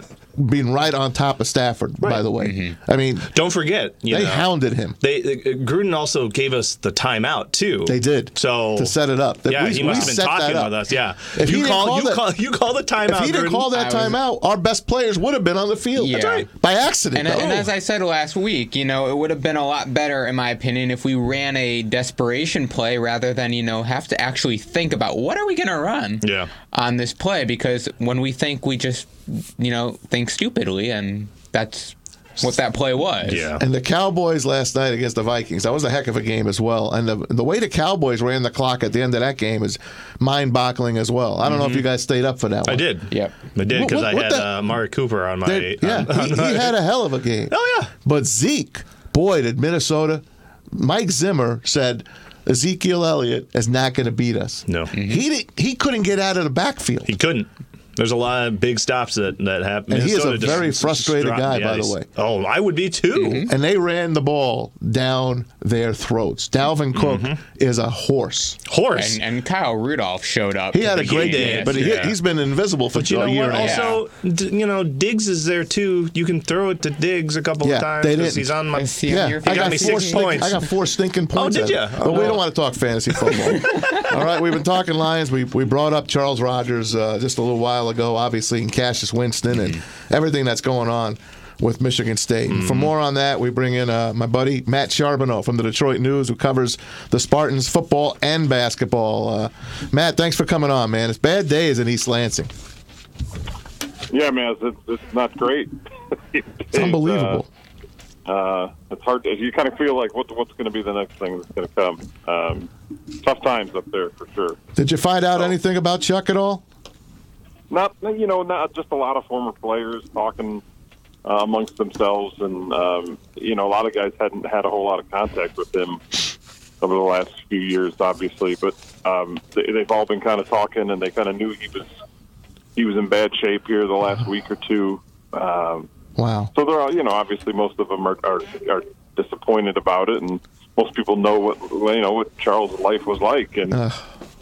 [SPEAKER 1] been right on top of Stafford, by the way. I mean,
[SPEAKER 2] Don't forget, Mm-hmm. you
[SPEAKER 1] they
[SPEAKER 2] know,
[SPEAKER 1] hounded him.
[SPEAKER 2] They uh, Gruden also gave us the timeout too.
[SPEAKER 1] They did.
[SPEAKER 2] So
[SPEAKER 1] to set it up.
[SPEAKER 2] Yeah,
[SPEAKER 1] We-
[SPEAKER 2] he
[SPEAKER 1] we
[SPEAKER 2] must have
[SPEAKER 1] set
[SPEAKER 2] been
[SPEAKER 1] that
[SPEAKER 2] talking
[SPEAKER 1] up.
[SPEAKER 2] with us. Yeah,
[SPEAKER 1] If he
[SPEAKER 2] you
[SPEAKER 1] didn't
[SPEAKER 2] call,
[SPEAKER 1] call
[SPEAKER 2] you
[SPEAKER 1] that-
[SPEAKER 2] call you call the timeout.
[SPEAKER 1] If he didn't
[SPEAKER 2] Gruden.
[SPEAKER 1] call that
[SPEAKER 3] I was-
[SPEAKER 1] timeout, our best players would have been on the field.
[SPEAKER 3] That's Yeah. right.
[SPEAKER 1] By accident.
[SPEAKER 3] And, uh, and
[SPEAKER 1] though.
[SPEAKER 3] as I said last week, you know, it would have been a lot better, in my opinion, if we ran a desperation play rather than, you know, have to actually think about what are we going to run
[SPEAKER 2] Yeah.
[SPEAKER 3] on this play because when we think, we just, you know, think stupidly, and that's what that play was.
[SPEAKER 2] Yeah.
[SPEAKER 1] And the Cowboys last night against the Vikings, that was a heck of a game as well. And the the way the Cowboys ran the clock at the end of that game is mind boggling as well. I don't know if you guys stayed up for that one.
[SPEAKER 2] Mm-hmm. I did.
[SPEAKER 3] Yep.
[SPEAKER 2] I did because
[SPEAKER 1] What-
[SPEAKER 2] I
[SPEAKER 1] what
[SPEAKER 2] had
[SPEAKER 1] the-
[SPEAKER 2] uh, Mari Cooper on my. uh,
[SPEAKER 1] They-
[SPEAKER 2] on-
[SPEAKER 1] yeah,
[SPEAKER 2] on
[SPEAKER 1] he,
[SPEAKER 2] my-
[SPEAKER 1] he had a hell of a game.
[SPEAKER 2] Oh yeah.
[SPEAKER 1] But Zeke, boy, did Minnesota. Mike Zimmer said Ezekiel Elliott is not going to beat us.
[SPEAKER 2] No.
[SPEAKER 1] he did, he couldn't get out of the backfield.
[SPEAKER 2] He couldn't. There's a lot of big stops that that happen.
[SPEAKER 1] And he is a
[SPEAKER 2] Minnesota just
[SPEAKER 1] very
[SPEAKER 2] s-
[SPEAKER 1] frustrated
[SPEAKER 2] dropped
[SPEAKER 1] guy, by the
[SPEAKER 2] ice.
[SPEAKER 1] way.
[SPEAKER 2] Oh, I would be too.
[SPEAKER 1] and they ran the ball down their throats. Dalvin Cook
[SPEAKER 2] Mm-hmm.
[SPEAKER 1] is a horse.
[SPEAKER 2] Horse.
[SPEAKER 3] And, and Kyle Rudolph showed up.
[SPEAKER 1] He
[SPEAKER 3] to
[SPEAKER 1] had a
[SPEAKER 3] the
[SPEAKER 1] great
[SPEAKER 3] game
[SPEAKER 1] game, but he,
[SPEAKER 2] yesterday.
[SPEAKER 1] he's been invisible for
[SPEAKER 2] But you
[SPEAKER 1] a
[SPEAKER 2] know
[SPEAKER 1] year
[SPEAKER 2] what?
[SPEAKER 1] and a half.
[SPEAKER 2] Also, d- you know, Diggs is there too. You can throw it to Diggs a couple
[SPEAKER 1] Yeah,
[SPEAKER 2] of times
[SPEAKER 1] they
[SPEAKER 2] 'cause
[SPEAKER 1] didn't.
[SPEAKER 2] he's on my.
[SPEAKER 3] I see him.
[SPEAKER 1] Yeah,
[SPEAKER 3] You're
[SPEAKER 1] I
[SPEAKER 2] got me
[SPEAKER 1] four
[SPEAKER 2] six
[SPEAKER 1] stink-
[SPEAKER 2] points.
[SPEAKER 1] I got four stinking points.
[SPEAKER 2] did
[SPEAKER 1] out of
[SPEAKER 2] ya?
[SPEAKER 1] it.
[SPEAKER 2] Oh,
[SPEAKER 1] but we
[SPEAKER 2] no.
[SPEAKER 1] don't want to talk fantasy football. All right, we've been talking Lions. We we brought up Charles Rogers uh, just a little while ago, obviously, and Cassius Winston and
[SPEAKER 2] Mm.
[SPEAKER 1] everything that's going on with Michigan State. And For more on that, we bring in uh, my buddy Matt Charbonneau from the Detroit News, who covers the Spartans football and basketball. Uh, Matt, thanks for coming on, man. It's bad days in East Lansing.
[SPEAKER 5] Yeah, man, it's, it's, it's not great. it's,
[SPEAKER 1] It's unbelievable.
[SPEAKER 5] Uh, uh, it's hard. To, you kind of feel like what, what's going to be the next thing that's going to come. Um, tough times up there for sure.
[SPEAKER 1] Did you find out anything about Chuck at all?
[SPEAKER 5] Not you know, not just a lot of former players talking uh, amongst themselves, and um, you know, a lot of guys hadn't had a whole lot of contact with him over the last few years, obviously. But um, they, they've all been kind of talking, and they kind of knew he was he was in bad shape here the last week or two. Um,
[SPEAKER 1] Wow.
[SPEAKER 5] so they're all, you know, obviously most of them are, are are disappointed about it, and most people know what you know what Charles' life was like, and
[SPEAKER 1] Ugh.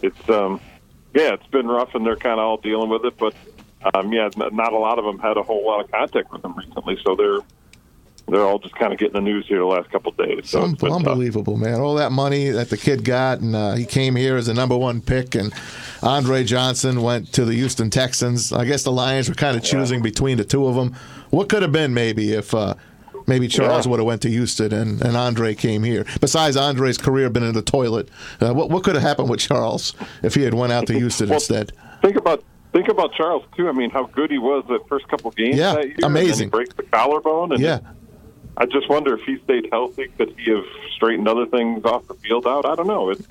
[SPEAKER 5] it's um, yeah, it's been rough, and they're kind of all dealing with it. But um, yeah, n- not a lot of them had a whole lot of contact with him recently, so they're they're all just kind of getting the news here the last couple of days. So
[SPEAKER 1] Un-
[SPEAKER 5] it's been tough.
[SPEAKER 1] unbelievable, man! All that money that the kid got, and uh, he came here as a number one pick. And Andre Johnson went to the Houston Texans. I guess the Lions were kind of choosing between the two of them. What could have been maybe if uh, maybe Charles
[SPEAKER 5] Yeah.
[SPEAKER 1] would have went to Houston and, and Andre came here. Besides Andre's career been in the toilet, uh, what what could have happened with Charles if he had went out to Houston
[SPEAKER 5] Well,
[SPEAKER 1] instead?
[SPEAKER 5] Think about think about Charles too. I mean, how good he was that first couple games.
[SPEAKER 1] Yeah,
[SPEAKER 5] that year, and then he
[SPEAKER 1] amazing.
[SPEAKER 5] breaks the collarbone, and
[SPEAKER 1] Yeah,
[SPEAKER 5] I just wonder if he stayed healthy, could he have straightened other things off the field out? I don't know. It's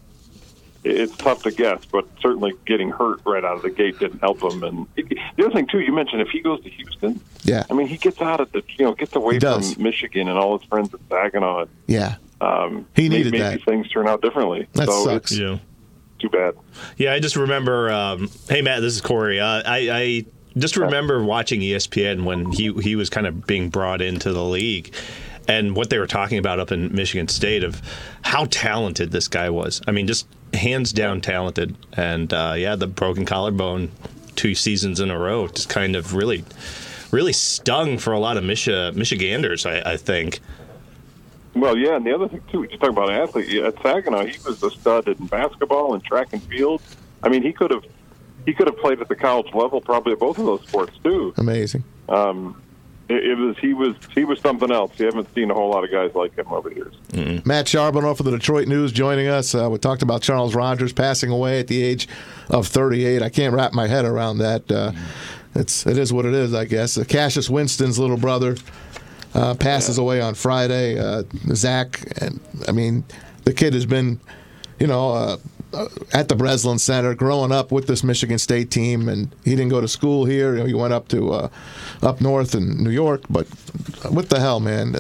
[SPEAKER 5] it's tough to guess, but certainly getting hurt right out of the gate didn't help him. And the other thing too, you mentioned if he goes to Houston,
[SPEAKER 1] yeah,
[SPEAKER 5] I mean, he gets out of the you know gets away
[SPEAKER 1] He
[SPEAKER 5] from
[SPEAKER 1] does.
[SPEAKER 5] Michigan and all his friends at Saginaw.
[SPEAKER 1] yeah.
[SPEAKER 5] Um,
[SPEAKER 1] He
[SPEAKER 5] may-
[SPEAKER 1] needed
[SPEAKER 5] maybe
[SPEAKER 1] that.
[SPEAKER 5] things turn out differently.
[SPEAKER 1] That
[SPEAKER 5] so
[SPEAKER 1] sucks.
[SPEAKER 2] Yeah.
[SPEAKER 5] It's too bad.
[SPEAKER 2] Yeah, I just remember. Um, hey, Matt, this is Corey. Uh, I, I just remember watching E ESPN when he he was kind of being brought into the league, and what they were talking about up in Michigan State of how talented this guy was. I mean, just hands down talented. And uh, yeah, the broken collarbone two seasons in a row just kind of really, really stung for a lot of Michi- Michiganders. I, I think.
[SPEAKER 5] Well, yeah, and the other thing too, you talk about an athlete yeah, at Saginaw. He was a stud in basketball and track and field. I mean, he could have he could have played at the college level, probably at both of those sports too.
[SPEAKER 1] Amazing.
[SPEAKER 5] It, it was he was he was something else. You haven't seen a whole lot of guys like him over the years.
[SPEAKER 1] Matt Charbonneau for the Detroit News joining us. Uh, we talked about Charles Rogers passing away at the age of 38. I can't wrap my head around that. Uh, it's it is what it is, I guess. Uh, Cassius Winston's little brother uh, passes away on Friday. Uh, Zach, and I mean, the kid has been, you know, uh, uh, at the Breslin Center growing up with this Michigan State team, and he didn't go to school here. You know, he went up to uh, up north in New York. But uh, what the hell, man?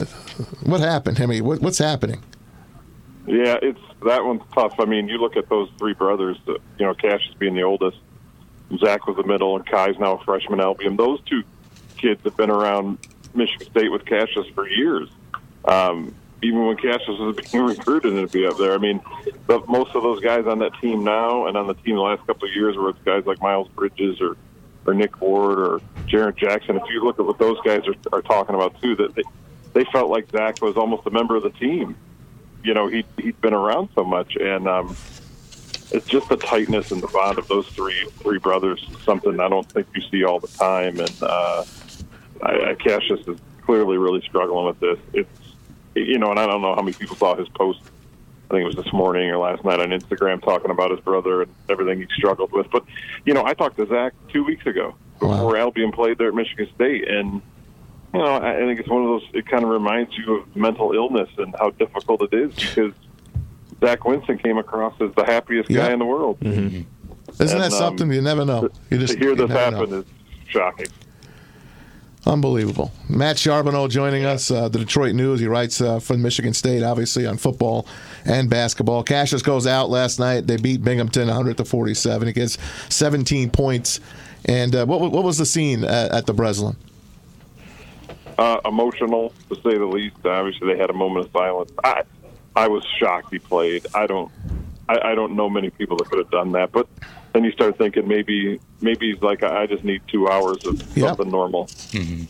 [SPEAKER 1] What happened? I mean, what, what's happening?
[SPEAKER 5] Yeah, it's that one's tough. I mean, you look at those three brothers. uh, You know, Cash is being the oldest. Zach was the middle, and Kai's now a freshman at Albion. Those two kids have been around Michigan State with Cassius for years. Um, even when Cassius was being recruited to be up there, I mean, but most of those guys on that team now and on the team the last couple of years were guys like Miles Bridges or or Nick Ward or Jaron Jackson. If you look at what those guys are, are talking about too, that they, they felt like Zach was almost a member of the team you know he he'd been around so much, and um, it's just the tightness and the bond of those three three brothers. is Something I don't think you see all the time, and uh, I, I, Cassius is clearly really struggling with this. It's you know, and I don't know how many people saw his post. I think it was this morning or last night on Instagram talking about his brother and everything he struggled with. But you know, I talked to Zach two weeks ago
[SPEAKER 1] Wow.
[SPEAKER 5] before Albion played there at Michigan State, and you know, I I think it's one of those. It kind of reminds you of mental illness and how difficult it is because Zach Winston came across as the happiest
[SPEAKER 1] Yeah.
[SPEAKER 5] guy in the world.
[SPEAKER 1] Isn't
[SPEAKER 5] And,
[SPEAKER 1] that something?
[SPEAKER 5] um,
[SPEAKER 1] you never know. You just
[SPEAKER 5] to hear
[SPEAKER 1] you
[SPEAKER 5] this
[SPEAKER 1] never know.
[SPEAKER 5] happen is shocking.
[SPEAKER 1] Unbelievable. Matt Charbonneau joining us, uh, the Detroit News. He writes uh, from Michigan State, obviously, on football and basketball. Cassius goes out last night. They beat Binghamton 100 to 47. He gets 17 points. And uh, what, wa- what was the scene at, at the Breslin?
[SPEAKER 5] Uh, emotional, to say the least. Obviously, they had a moment of silence. I, I was shocked he played. I don't, I, I don't know many people that could have done that. But then you start thinking maybe, maybe he's like, I I just need two hours of
[SPEAKER 1] Yep. Mm-hmm.
[SPEAKER 5] something normal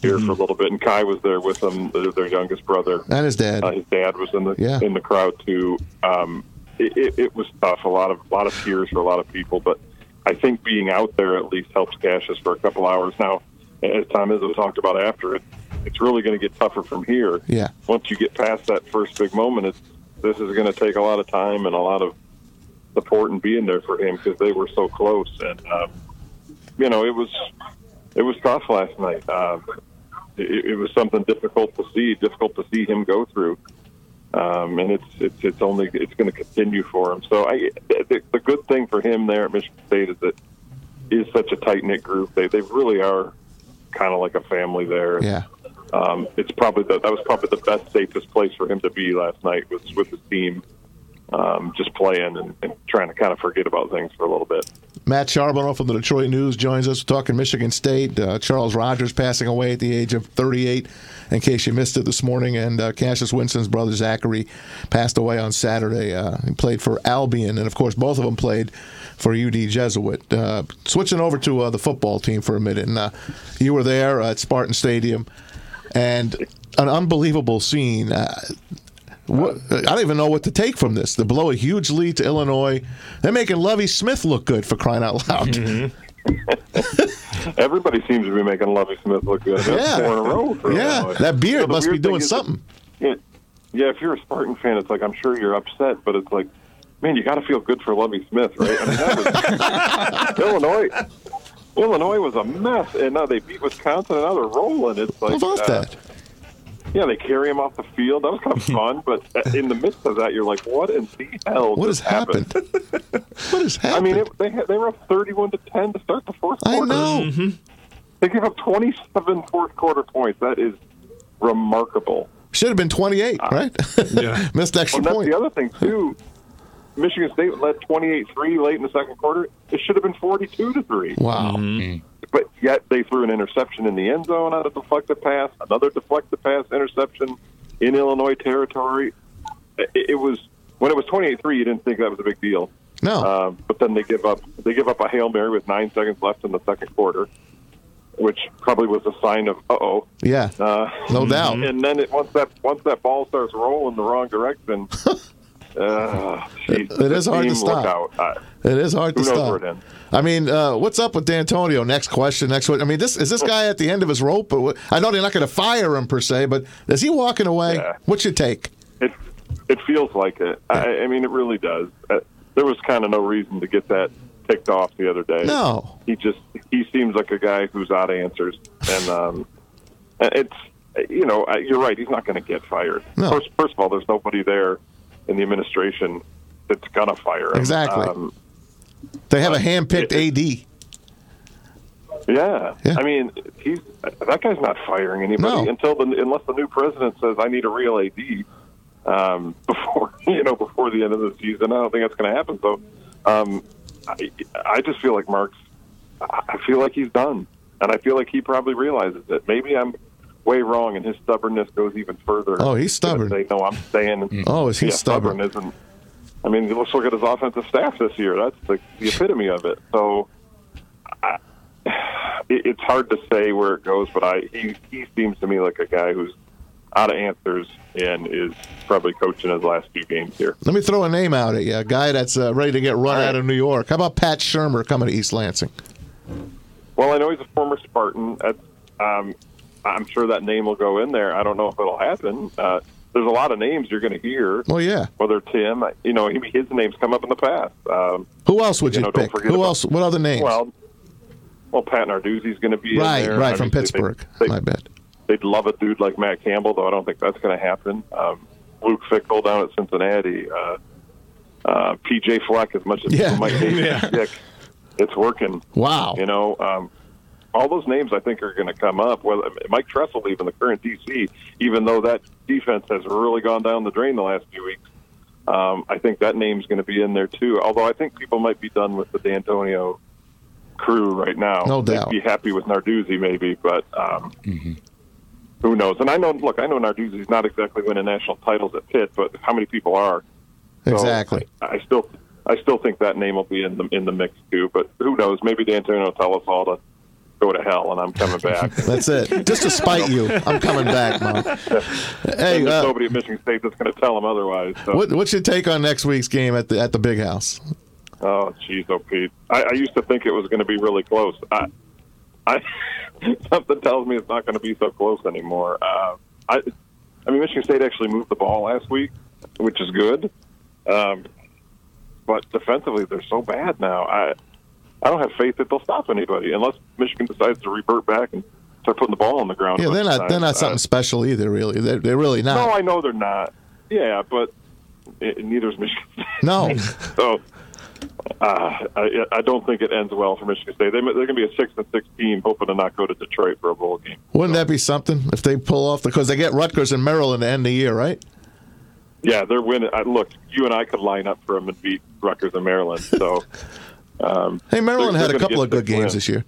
[SPEAKER 5] here for a little bit. And Kai was there with them, their, their youngest brother.
[SPEAKER 1] And his dad.
[SPEAKER 5] Uh, his dad was in the
[SPEAKER 1] Yeah.
[SPEAKER 5] in the crowd too. Um, it, it, it was tough. A lot of a lot of tears for a lot of people, but I think being out there at least helps Cassius for a couple hours. Now, as Tom Izzo talked about after it, it's really going to get tougher from here.
[SPEAKER 1] Yeah.
[SPEAKER 5] Once you get past that first big moment, it's this is going to take a lot of time and a lot of support and being there for him because they were so close. And um, you know, it was it was tough last night. Um, it, it was something difficult to see, difficult to see him go through. Um, and it's it's it's only it's going to continue for him. So I the, the good thing for him there at Michigan State is that is such a tight knit group. They they really are kind of like a family there.
[SPEAKER 1] Yeah.
[SPEAKER 5] Um, it's probably the, that was probably the best safest place for him to be last night was with his team, um, just playing and, and trying to kind of forget about things for a little bit.
[SPEAKER 1] Matt Charbonneau from the Detroit News joins us. We're talking Michigan State. Uh, Charles Rogers passing away at the age of 38, in case you missed it this morning. And uh, Cassius Winston's brother Zachary passed away on Saturday. Uh, he played for Albion, and of course, both of them played for UD Jesuit. Uh, switching over to uh, the football team for a minute, and uh, you were there at Spartan Stadium, and an unbelievable scene. Uh, what, I don't even know what to take from this. They blow a huge lead to Illinois. They're making Lovey Smith look good for crying out loud.
[SPEAKER 5] Mm-hmm. Everybody seems to be making Lovey Smith look good. That's
[SPEAKER 1] Yeah.
[SPEAKER 5] four in a row. for
[SPEAKER 1] Yeah,
[SPEAKER 5] Illinois.
[SPEAKER 1] that
[SPEAKER 5] So
[SPEAKER 1] beard
[SPEAKER 5] the
[SPEAKER 1] must be
[SPEAKER 5] weird thing
[SPEAKER 1] doing
[SPEAKER 5] is that-
[SPEAKER 1] something.
[SPEAKER 5] Yeah, yeah. If you're a Spartan fan, it's like I'm sure you're upset, but it's like, man, you got to feel good for Lovey Smith, right? I mean, that was, Illinois, Illinois was a mess, and now they beat Wisconsin, and now they're rolling. It's like,
[SPEAKER 1] How about
[SPEAKER 5] uh,
[SPEAKER 1] that?
[SPEAKER 5] yeah, they carry him off the field. That was kind of fun, but uh, in the midst of that, you're like, what in the hell?
[SPEAKER 1] What has
[SPEAKER 5] just
[SPEAKER 1] happened? what has
[SPEAKER 5] I
[SPEAKER 1] happened?
[SPEAKER 5] mean, it, they had, they were up 31 to 10 to start the fourth
[SPEAKER 1] I
[SPEAKER 5] quarter.
[SPEAKER 1] know.
[SPEAKER 5] Mm-hmm. They gave up 27 fourth quarter points. That is remarkable.
[SPEAKER 1] Should have been 28,
[SPEAKER 5] Ah.
[SPEAKER 1] right?
[SPEAKER 2] Yeah.
[SPEAKER 1] Missed extra
[SPEAKER 5] And that's
[SPEAKER 1] point.
[SPEAKER 5] the other thing too. Michigan State led 28-3 late in the second quarter. It should have been 42 to 3.
[SPEAKER 1] Wow.
[SPEAKER 5] Mm-hmm. But yet they threw an interception in the end zone on a deflected pass, another deflected pass interception in Illinois territory. It, it was when it was 28-3, you didn't think that was a big deal.
[SPEAKER 1] No.
[SPEAKER 5] Um, but then they give up they give up a hail mary with nine seconds left in the second quarter, which probably was a sign of uh oh.
[SPEAKER 1] yeah.
[SPEAKER 5] Uh,
[SPEAKER 1] no doubt.
[SPEAKER 5] and then it, once that once that ball starts rolling the wrong direction, uh, geez,
[SPEAKER 1] It- it is hard to
[SPEAKER 5] team,
[SPEAKER 1] stop.
[SPEAKER 5] look out. Uh,
[SPEAKER 1] It is hard
[SPEAKER 5] Who
[SPEAKER 1] to
[SPEAKER 5] knows
[SPEAKER 1] stop.
[SPEAKER 5] where it ends?
[SPEAKER 1] I mean, uh, what's up with D'Antonio? Next question. Next one. I mean, this is this guy at the end of his rope? Or what- I know they're not going to fire him per se, but is he walking away?
[SPEAKER 5] Yeah.
[SPEAKER 1] What's your take?
[SPEAKER 5] it it feels like it. I, I mean, it really does. Uh, there was kind of no reason to get that ticked off the other day.
[SPEAKER 1] No.
[SPEAKER 5] he just he seems like a guy who's out of answers, and um, it's you know, I- you're right. He's not going to get fired.
[SPEAKER 1] No.
[SPEAKER 5] First, first of all, there's nobody there in the administration that's going to fire him.
[SPEAKER 1] Exacally.
[SPEAKER 5] Um,
[SPEAKER 1] They
[SPEAKER 5] Uh,
[SPEAKER 1] have a hand-picked AD.
[SPEAKER 5] yeah.
[SPEAKER 1] Yeah.
[SPEAKER 5] I mean, he's that guy's not firing anybody
[SPEAKER 1] No.
[SPEAKER 5] until the unless the new president says I need a real AD um, before you know before the end of the season. I don't think that's going to happen. So, um, I, I just feel like Mark's. I I feel like he's done, and I feel like he probably realizes it. Maybe I'm way wrong, and his stubbornness goes even further.
[SPEAKER 1] Oh, he's stubborn.
[SPEAKER 5] They know I'm staying.
[SPEAKER 1] Oh, is he
[SPEAKER 5] Yeah,
[SPEAKER 1] stubborn?
[SPEAKER 5] isn't. I mean, let's look at his offensive staff this year. That's the, the epitome of it. So, I, it, it's hard to say where it goes, but I he, he seems to me like a guy who's out of answers and is probably coaching his last few games here.
[SPEAKER 1] Let me throw a name out at you, a guy that's uh, ready to get run out of New York. How about Pat Shermer coming to East Lansing?
[SPEAKER 5] Well, I know he's a former Spartan. That's, um, I'm sure that name will go in there. I don't know if it'll happen. Uh, there's a lot of names you're going to hear.
[SPEAKER 1] Well, Oh, yeah.
[SPEAKER 5] Whether Tim, you know, he- his name's come up in the past. Um,
[SPEAKER 1] Who else would you,
[SPEAKER 5] You know, don't
[SPEAKER 1] pick?
[SPEAKER 5] forget
[SPEAKER 1] Who
[SPEAKER 5] about-
[SPEAKER 1] else? What other names?
[SPEAKER 5] Well, well, Pat Narduzzi's going to be in
[SPEAKER 1] right,
[SPEAKER 5] there.
[SPEAKER 1] right, from
[SPEAKER 5] Obviously, they-
[SPEAKER 1] Pittsburgh.
[SPEAKER 5] They,
[SPEAKER 1] My bad.
[SPEAKER 5] would love a dude like Matt Campbell, though. I don't think that's going to happen. Um, Luke Fickle down at Cincinnati. Uh, uh, PJ Fleck, as much as
[SPEAKER 1] Yeah.
[SPEAKER 5] people might hate
[SPEAKER 1] Yeah.
[SPEAKER 5] Dick, it's working.
[SPEAKER 1] Wow.
[SPEAKER 5] You know, um, all those names I think are going to come up. Well, Mike Tressel, even the current DC, even though that defense has really gone down the drain the last few weeks, um, I think that name's going to be in there too. Although I think people might be done with the D'Antonio crew right now.
[SPEAKER 1] No
[SPEAKER 5] They'd
[SPEAKER 1] doubt.
[SPEAKER 5] be happy with Narduzzi maybe, but um, who knows? And I know, look, I know Narduzzi's not exactly winning national titles at Pitt, but how many people are? So
[SPEAKER 1] exactly.
[SPEAKER 5] I still, I still think that name will be in the in the mix too. But who knows? Maybe D'Antonio will tell us all to go to hell, and I'm coming back. And
[SPEAKER 1] That's it. Just to spite you, I'm coming back, Mom. Hey,
[SPEAKER 5] There's
[SPEAKER 1] uh,
[SPEAKER 5] nobody at Michigan State that's going to tell him otherwise. So.
[SPEAKER 1] what, what's your take on next week's game at the at the Big House?
[SPEAKER 5] Oh, jeez, oh Pete. I, I used to think it was going to be really close. I, I something tells me it's not going to be so close anymore. Uh, I, I mean, Michigan State actually moved the ball last week, which is good. Um, but defensively, they're so bad now. I, I don't have faith that they'll stop anybody unless Michigan decides to revert back and start putting the ball on the ground.
[SPEAKER 1] Yeah, they're not they're not
[SPEAKER 5] Uh,
[SPEAKER 1] something special either. Really, they're, they're really
[SPEAKER 5] no,
[SPEAKER 1] not.
[SPEAKER 5] I know they're not. Yeah, but it, neither is Michigan State.
[SPEAKER 1] No,
[SPEAKER 5] So uh, I, I don't think it ends well for Michigan State. They, they're going to be a six and six team, hoping to not go to Detroit for a bowl game.
[SPEAKER 1] wouldn't that be something if they pull off? Because they get Rutgers and Maryland to end the year, right?
[SPEAKER 5] Yeah, they're winning. I, look, you and I could line up for them and beat Rutgers and Maryland. So
[SPEAKER 1] Hey, Maryland
[SPEAKER 5] They're-
[SPEAKER 1] had
[SPEAKER 5] they're
[SPEAKER 1] a
[SPEAKER 5] gonna
[SPEAKER 1] couple
[SPEAKER 5] get
[SPEAKER 1] of good
[SPEAKER 5] six
[SPEAKER 1] games
[SPEAKER 5] wins.
[SPEAKER 1] this year.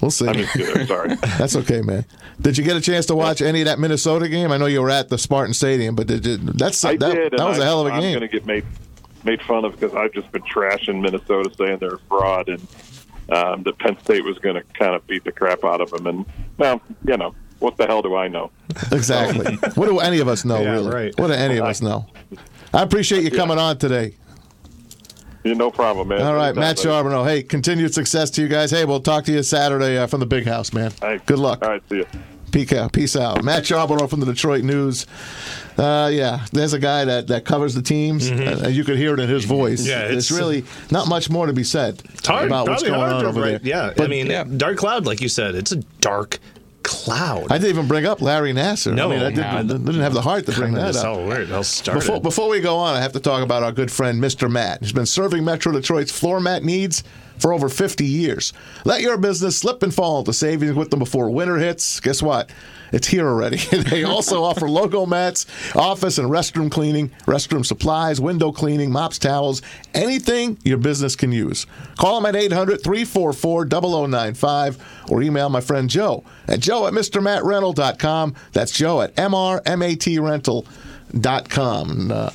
[SPEAKER 1] We'll see.
[SPEAKER 5] I'm just kidding. Sorry.
[SPEAKER 1] That's okay, man. Did you get a chance to watch any of that Minnesota game? I know you were at the Spartan Stadium, but did you, that's
[SPEAKER 5] I
[SPEAKER 1] that, that,
[SPEAKER 5] did. and
[SPEAKER 1] was a
[SPEAKER 5] I-
[SPEAKER 1] hell of a
[SPEAKER 5] I'm
[SPEAKER 1] game.
[SPEAKER 5] going to get made made fun of because I've just been trashing Minnesota, saying they're a fraud and um, that Penn State was going to kind of beat the crap out of them. And well, you know, what the hell do I know?
[SPEAKER 1] Exactly. what do any of us know,
[SPEAKER 2] Yeah,
[SPEAKER 1] really?
[SPEAKER 2] right.
[SPEAKER 1] What do any of us know? I appreciate you coming on today.
[SPEAKER 5] Yeah, No problem, man.
[SPEAKER 1] All right, Matt
[SPEAKER 5] Anytime, buddy.
[SPEAKER 1] Charbonneau. Hey, continued success to you guys. Hey, we'll talk to you Saturday uh, from the big house, man.
[SPEAKER 5] Thanks.
[SPEAKER 1] Good luck.
[SPEAKER 5] All right, see you.
[SPEAKER 1] Peace out. Peace out. Matt Charbonneau from the Detroit News. Uh, yeah, there's a guy that, that covers the teams. Uh, you could hear it in his voice.
[SPEAKER 2] Mm-hmm. Yeah,
[SPEAKER 1] it's,
[SPEAKER 2] it's- uh,
[SPEAKER 1] really not much more to be said
[SPEAKER 2] It's hard,
[SPEAKER 1] about what's
[SPEAKER 2] probably
[SPEAKER 1] going
[SPEAKER 2] hard
[SPEAKER 1] on over
[SPEAKER 2] to write-
[SPEAKER 1] there.
[SPEAKER 2] Yeah, I
[SPEAKER 1] But
[SPEAKER 2] mean,
[SPEAKER 3] yeah.
[SPEAKER 2] dark cloud, like you said, it's a dark cloud.
[SPEAKER 1] I didn't even bring up Larry Nasser. I
[SPEAKER 2] No,
[SPEAKER 1] mean, I didn't,
[SPEAKER 3] no.
[SPEAKER 1] I didn't have the heart to bring that
[SPEAKER 2] That's
[SPEAKER 1] up.
[SPEAKER 2] how weird. I'll start.
[SPEAKER 1] Before, before we go on, I have to talk about our good friend, Mr. Matt, who's been serving Metro Detroit's floor mat needs for over 50 years. Let your business slip and fall to savings with them before winter hits. Guess what? It's here already. they also offer logo mats, office and restroom cleaning, restroom supplies, window cleaning, mops, towels, anything your business can use. Call them at 800 344 0095 or email my friend Joe at joe at mrmattrental.com. That's joe at mrmatrental.com. And, uh,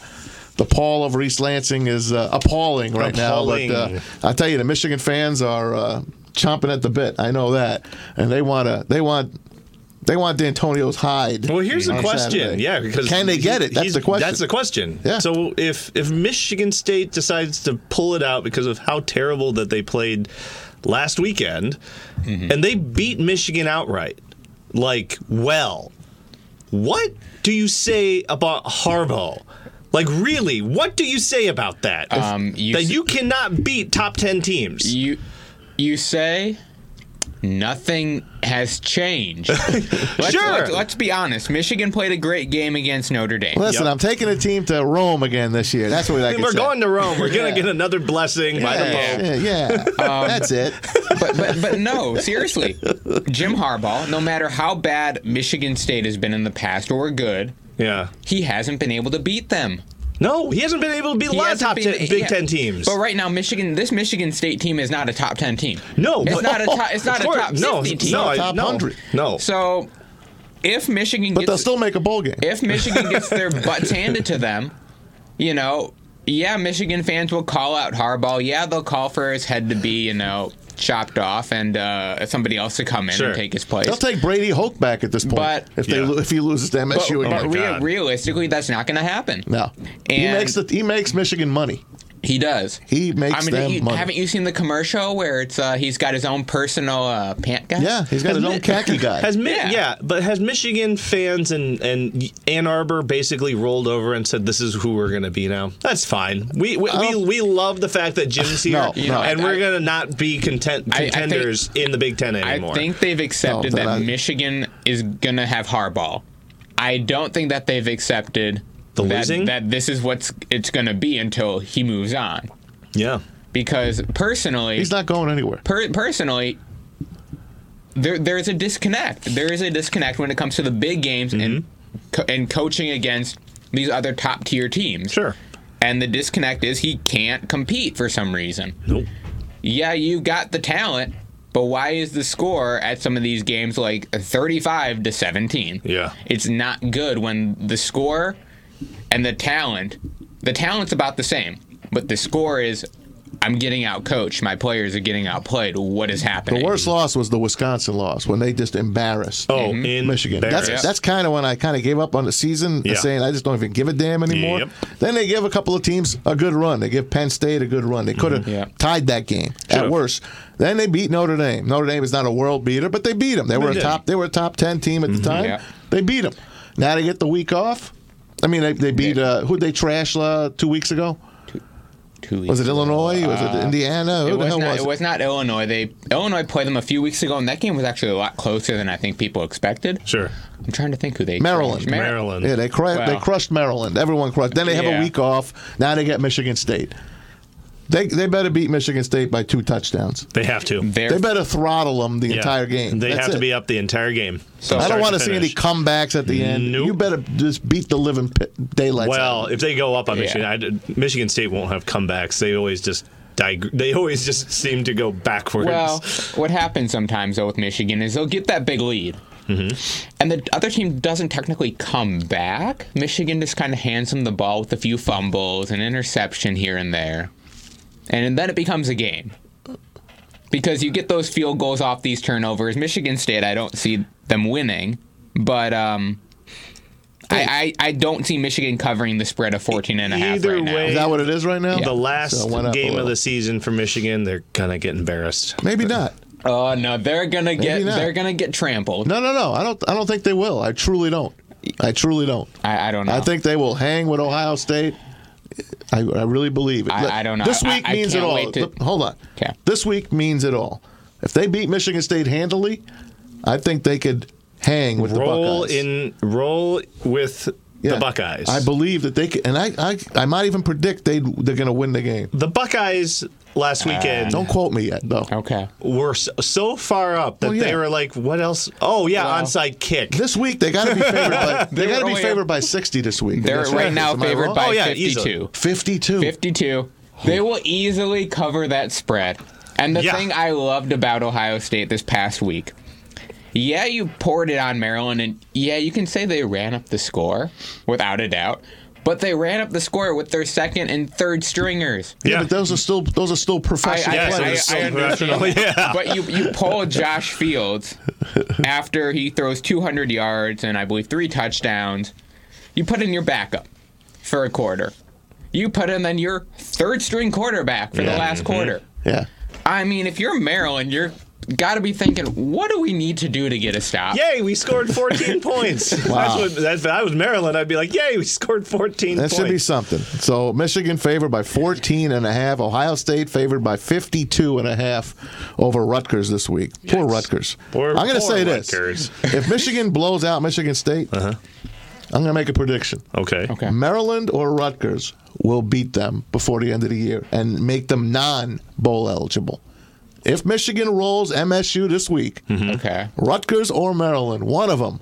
[SPEAKER 1] the pall over East Lansing is uh, appalling right
[SPEAKER 2] Appalling.
[SPEAKER 1] now. But uh, I tell you, the Michigan fans are uh, chomping at the bit. I know that, and they want to. They want. They want D'Antonio's hide.
[SPEAKER 2] Well, here's the
[SPEAKER 1] on
[SPEAKER 2] question.
[SPEAKER 1] Saturday.
[SPEAKER 2] Yeah, because
[SPEAKER 1] can they
[SPEAKER 2] he-
[SPEAKER 1] get it? That's
[SPEAKER 2] he's-
[SPEAKER 1] the question.
[SPEAKER 2] That's the question.
[SPEAKER 1] Yeah.
[SPEAKER 2] So if if Michigan State decides to pull it out because of how terrible that they played last weekend,
[SPEAKER 1] Mm-hmm.
[SPEAKER 2] and they beat Michigan outright, like well, what do you say about Harbaugh? Like really, what do you say about that?
[SPEAKER 3] Um, you
[SPEAKER 2] that
[SPEAKER 3] s-
[SPEAKER 2] you cannot beat top ten teams.
[SPEAKER 3] You you say nothing has changed. let's,
[SPEAKER 2] Sure.
[SPEAKER 3] Let's, let's be honest. Michigan played a great game against Notre Dame.
[SPEAKER 1] Listen,
[SPEAKER 2] Yep.
[SPEAKER 1] I'm taking a team to Rome again this year. That's what I can
[SPEAKER 2] We're
[SPEAKER 1] say.
[SPEAKER 2] going to Rome. We're gonna
[SPEAKER 3] Yeah.
[SPEAKER 2] get another blessing by the Pope.
[SPEAKER 1] yeah, yeah, yeah.
[SPEAKER 2] Um,
[SPEAKER 1] that's it.
[SPEAKER 3] but, but but no, seriously, Jim Harbaugh. No matter how bad Michigan State has been in the past or good,
[SPEAKER 2] Yeah.
[SPEAKER 3] he hasn't been able to beat them.
[SPEAKER 2] No, he hasn't been able to beat a
[SPEAKER 3] He
[SPEAKER 2] lot of
[SPEAKER 3] hasn't
[SPEAKER 2] top
[SPEAKER 3] been-
[SPEAKER 2] ten, Big
[SPEAKER 3] yeah.
[SPEAKER 2] Ten teams.
[SPEAKER 3] But right now, Michigan, this Michigan State team is not a top ten team.
[SPEAKER 2] No,
[SPEAKER 3] it's
[SPEAKER 2] but- oh,
[SPEAKER 3] not a top. It's not
[SPEAKER 2] Of
[SPEAKER 3] a
[SPEAKER 2] course,
[SPEAKER 3] top
[SPEAKER 2] no,
[SPEAKER 3] fifty team.
[SPEAKER 2] no, I-
[SPEAKER 1] Top
[SPEAKER 2] no,
[SPEAKER 1] 100.
[SPEAKER 2] No,
[SPEAKER 3] So if Michigan
[SPEAKER 1] But they'll
[SPEAKER 3] gets
[SPEAKER 1] still make a bowl game.
[SPEAKER 3] if Michigan gets their butts handed to them, you know, yeah, Michigan fans will call out Harbaugh. Yeah, they'll call for his head to be you know chopped off and uh, somebody else to come in
[SPEAKER 2] Sure.
[SPEAKER 3] and take his place.
[SPEAKER 1] They'll take Brady Hoke back at this point.
[SPEAKER 3] But-
[SPEAKER 1] if they
[SPEAKER 2] Yeah.
[SPEAKER 1] lo- if he loses to
[SPEAKER 3] but
[SPEAKER 1] MSU
[SPEAKER 3] but
[SPEAKER 1] again,
[SPEAKER 2] my
[SPEAKER 3] rea-
[SPEAKER 2] God.
[SPEAKER 3] realistically, that's not going to happen.
[SPEAKER 1] no, he
[SPEAKER 3] And-
[SPEAKER 1] makes the, he makes Michigan money.
[SPEAKER 3] He does.
[SPEAKER 1] He makes
[SPEAKER 3] I mean,
[SPEAKER 1] them
[SPEAKER 3] you-
[SPEAKER 1] money.
[SPEAKER 3] haven't you seen the commercial where it's uh, he's got his own personal uh, pant guy?
[SPEAKER 1] Yeah, he's got his own khaki guy.
[SPEAKER 2] Has Mi- yeah.
[SPEAKER 3] Yeah.
[SPEAKER 2] but has Michigan fans and and Ann Arbor basically rolled over and said, "This is who we're going to be now." That's fine. We we, we,
[SPEAKER 1] don't-
[SPEAKER 2] we love the fact that Jim's here,
[SPEAKER 1] No, no.
[SPEAKER 2] and we're
[SPEAKER 3] I-
[SPEAKER 2] going to not be content
[SPEAKER 3] I- I think-
[SPEAKER 2] contenders in the Big Ten
[SPEAKER 3] I
[SPEAKER 2] anymore.
[SPEAKER 3] think they've accepted
[SPEAKER 1] No,
[SPEAKER 3] that
[SPEAKER 1] they're not.
[SPEAKER 3] Michigan is gonna have Harbaugh. I don't think that they've accepted
[SPEAKER 2] The
[SPEAKER 3] that,
[SPEAKER 2] losing?
[SPEAKER 3] that this is what's it's gonna be until he moves on.
[SPEAKER 2] yeah,
[SPEAKER 3] Because personally,
[SPEAKER 1] He's not going anywhere.
[SPEAKER 3] per- personally, there there is a disconnect. There is a disconnect when it comes to the big games and
[SPEAKER 2] Mm-hmm.
[SPEAKER 3] co- and coaching against these other top tier teams.
[SPEAKER 2] sure.
[SPEAKER 3] And the disconnect is he can't compete for some reason.
[SPEAKER 2] Nope.
[SPEAKER 3] Yeah, you got the talent, but why is the score at some of these games like 35 to 17?
[SPEAKER 2] Yeah.
[SPEAKER 3] It's not good when the score and the talent, the talent's about the same, but the score is I'm getting out coached. My players are getting outplayed. What is happening?
[SPEAKER 1] The worst loss was the Wisconsin loss when they just embarrassed.
[SPEAKER 2] Oh, in
[SPEAKER 1] Michigan. That's
[SPEAKER 2] That's,
[SPEAKER 3] Yep.
[SPEAKER 1] that's kind of when I kind of gave up on the season,
[SPEAKER 2] Yeah.
[SPEAKER 1] saying I just don't even give a damn anymore.
[SPEAKER 2] Yep.
[SPEAKER 1] Then they give a couple of teams a good run. They give Penn State a good run. They could have
[SPEAKER 3] Mm-hmm. Yeah.
[SPEAKER 1] tied that game at
[SPEAKER 2] Sure.
[SPEAKER 1] worst. Then they beat Notre Dame. Notre Dame is not a world beater, but they beat them. They, were a
[SPEAKER 2] did.
[SPEAKER 1] top. They were a top ten team at the time.
[SPEAKER 3] Mm-hmm. Yeah.
[SPEAKER 1] They beat them. Now they get the week off. I mean, they, they beat uh, who they trash uh, two weeks ago.
[SPEAKER 3] Two
[SPEAKER 1] Was it
[SPEAKER 3] weeks ago.
[SPEAKER 1] Illinois? Was it Indiana? Who
[SPEAKER 3] Uh, It
[SPEAKER 1] the
[SPEAKER 3] was,
[SPEAKER 1] hell
[SPEAKER 3] not,
[SPEAKER 1] was
[SPEAKER 3] it was not Illinois. They Illinois played them a few weeks ago, and that game was actually a lot closer than I think people expected.
[SPEAKER 2] sure.
[SPEAKER 3] I'm trying to think who they
[SPEAKER 1] Maryland.
[SPEAKER 3] Mar-
[SPEAKER 2] Maryland.
[SPEAKER 1] Yeah, they cra- they
[SPEAKER 3] Wow.
[SPEAKER 1] crushed Maryland. Everyone crushed. Then they have a
[SPEAKER 3] Yeah.
[SPEAKER 1] week off. Now they get Michigan State. They they better beat Michigan State by two touchdowns.
[SPEAKER 2] They have to.
[SPEAKER 3] They're
[SPEAKER 1] They better throttle them the
[SPEAKER 2] Yeah.
[SPEAKER 1] entire game.
[SPEAKER 2] They
[SPEAKER 1] That's
[SPEAKER 2] have to
[SPEAKER 1] it.
[SPEAKER 2] be up the entire game.
[SPEAKER 3] So-
[SPEAKER 1] I
[SPEAKER 2] Start
[SPEAKER 1] don't want to see any
[SPEAKER 2] finish.
[SPEAKER 1] comebacks at the end.
[SPEAKER 2] Nope.
[SPEAKER 1] You better just beat the living p- daylights. out
[SPEAKER 2] Well,
[SPEAKER 1] of
[SPEAKER 2] if they go up on
[SPEAKER 3] Yeah.
[SPEAKER 2] Michigan, I did- Michigan State won't have comebacks. They always just dig- they always just seem to go backwards.
[SPEAKER 3] Well, what happens sometimes though with Michigan is they'll get that big lead,
[SPEAKER 1] Mm-hmm.
[SPEAKER 3] and the other team doesn't technically come back. Michigan just kind of hands them the ball with a few fumbles, an interception here and there, and then it becomes a game because you get those field goals off these turnovers. Michigan State, I don't see them winning, but um. I, I, I don't see Michigan covering the spread
[SPEAKER 1] E-,
[SPEAKER 3] of 14 and a half
[SPEAKER 2] Either
[SPEAKER 3] right now.
[SPEAKER 2] way,
[SPEAKER 1] it. Is that what it is right now?
[SPEAKER 2] the last
[SPEAKER 1] So it went up a
[SPEAKER 2] game of
[SPEAKER 1] little.
[SPEAKER 2] the season for Michigan, they're gonna get embarrassed.
[SPEAKER 1] Maybe not.
[SPEAKER 3] Oh no, they're gonna get
[SPEAKER 1] not.
[SPEAKER 3] they're gonna get trampled.
[SPEAKER 1] No, no, no. I don't. I don't think they will. I truly don't. I truly don't.
[SPEAKER 3] I, I don't know.
[SPEAKER 1] I think they will hang with Ohio State. I, I really believe it.
[SPEAKER 3] I- I don't know.
[SPEAKER 1] This
[SPEAKER 3] I-
[SPEAKER 1] week
[SPEAKER 3] I
[SPEAKER 1] means
[SPEAKER 3] can't
[SPEAKER 1] it all.
[SPEAKER 3] wait to-
[SPEAKER 1] Look, Hold on.
[SPEAKER 3] Okay.
[SPEAKER 1] This week means it all. If they beat Michigan State handily, I think they could hang with the
[SPEAKER 2] Roll
[SPEAKER 1] Buckeyes.
[SPEAKER 2] in, roll with
[SPEAKER 1] Yeah.
[SPEAKER 2] the Buckeyes.
[SPEAKER 1] I believe that they could, and I, I, I might even predict they they're going to win the game.
[SPEAKER 2] the Buckeyes last weekend
[SPEAKER 1] Ah. Don't quote me yet, though.
[SPEAKER 3] okay.
[SPEAKER 2] were so, so far up that
[SPEAKER 1] Well, Oh, yeah.
[SPEAKER 2] they were like, "What else? Oh yeah,
[SPEAKER 3] Well,
[SPEAKER 2] onside kick."
[SPEAKER 1] This week they got to be favored by they
[SPEAKER 3] were
[SPEAKER 1] got to be
[SPEAKER 3] only-
[SPEAKER 1] favored by sixty this week.
[SPEAKER 3] They're
[SPEAKER 1] That's
[SPEAKER 3] right now
[SPEAKER 1] Am I
[SPEAKER 3] favored
[SPEAKER 1] wrong?
[SPEAKER 3] by
[SPEAKER 2] Oh, yeah,
[SPEAKER 3] 52.
[SPEAKER 2] easily.
[SPEAKER 1] 52.
[SPEAKER 3] 52. They will easily cover that spread. And the
[SPEAKER 2] Yeah.
[SPEAKER 3] thing I loved about Ohio State this past week, yeah, you poured it on Maryland, and yeah, you can say they ran up the score without a doubt, but they ran up the score with their second and third stringers.
[SPEAKER 1] Yeah,
[SPEAKER 2] Yeah.
[SPEAKER 1] but those are still those are still professional
[SPEAKER 3] I-
[SPEAKER 2] yes, it
[SPEAKER 3] I-
[SPEAKER 1] players.
[SPEAKER 2] was so
[SPEAKER 3] I
[SPEAKER 2] professional.
[SPEAKER 3] understand
[SPEAKER 2] Yeah.
[SPEAKER 3] But you you pull Josh Fields after he throws 200 yards and I believe three touchdowns. You put in your backup for a quarter. You put in then
[SPEAKER 2] Mm-hmm.
[SPEAKER 3] your third string quarterback for the last quarter.
[SPEAKER 1] yeah.
[SPEAKER 3] I mean, if you're Maryland, you're got to be thinking, what do we need to do to get a stop?
[SPEAKER 2] Yay, we scored 14 points.
[SPEAKER 1] Wow.
[SPEAKER 2] That's what, that's, if I was Maryland, I'd be like, yay, we scored 14
[SPEAKER 1] That
[SPEAKER 2] points.
[SPEAKER 1] should be something. So Michigan favored by 14 and a half. Ohio State favored by 52 and a half over Rutgers this week. Poor Rutgers.
[SPEAKER 2] Poor-
[SPEAKER 1] I'm going to
[SPEAKER 2] poor
[SPEAKER 1] say
[SPEAKER 2] Rutgers. Uh-huh.
[SPEAKER 1] this. If Michigan blows out Michigan State, I'm going to make a prediction.
[SPEAKER 2] okay.
[SPEAKER 3] Okay.
[SPEAKER 1] Maryland or Rutgers will beat them before the end of the year and make them non bowl eligible. If Michigan rolls MSU this week,
[SPEAKER 2] Mm-hmm.
[SPEAKER 3] Okay.
[SPEAKER 1] Rutgers or Maryland, one of them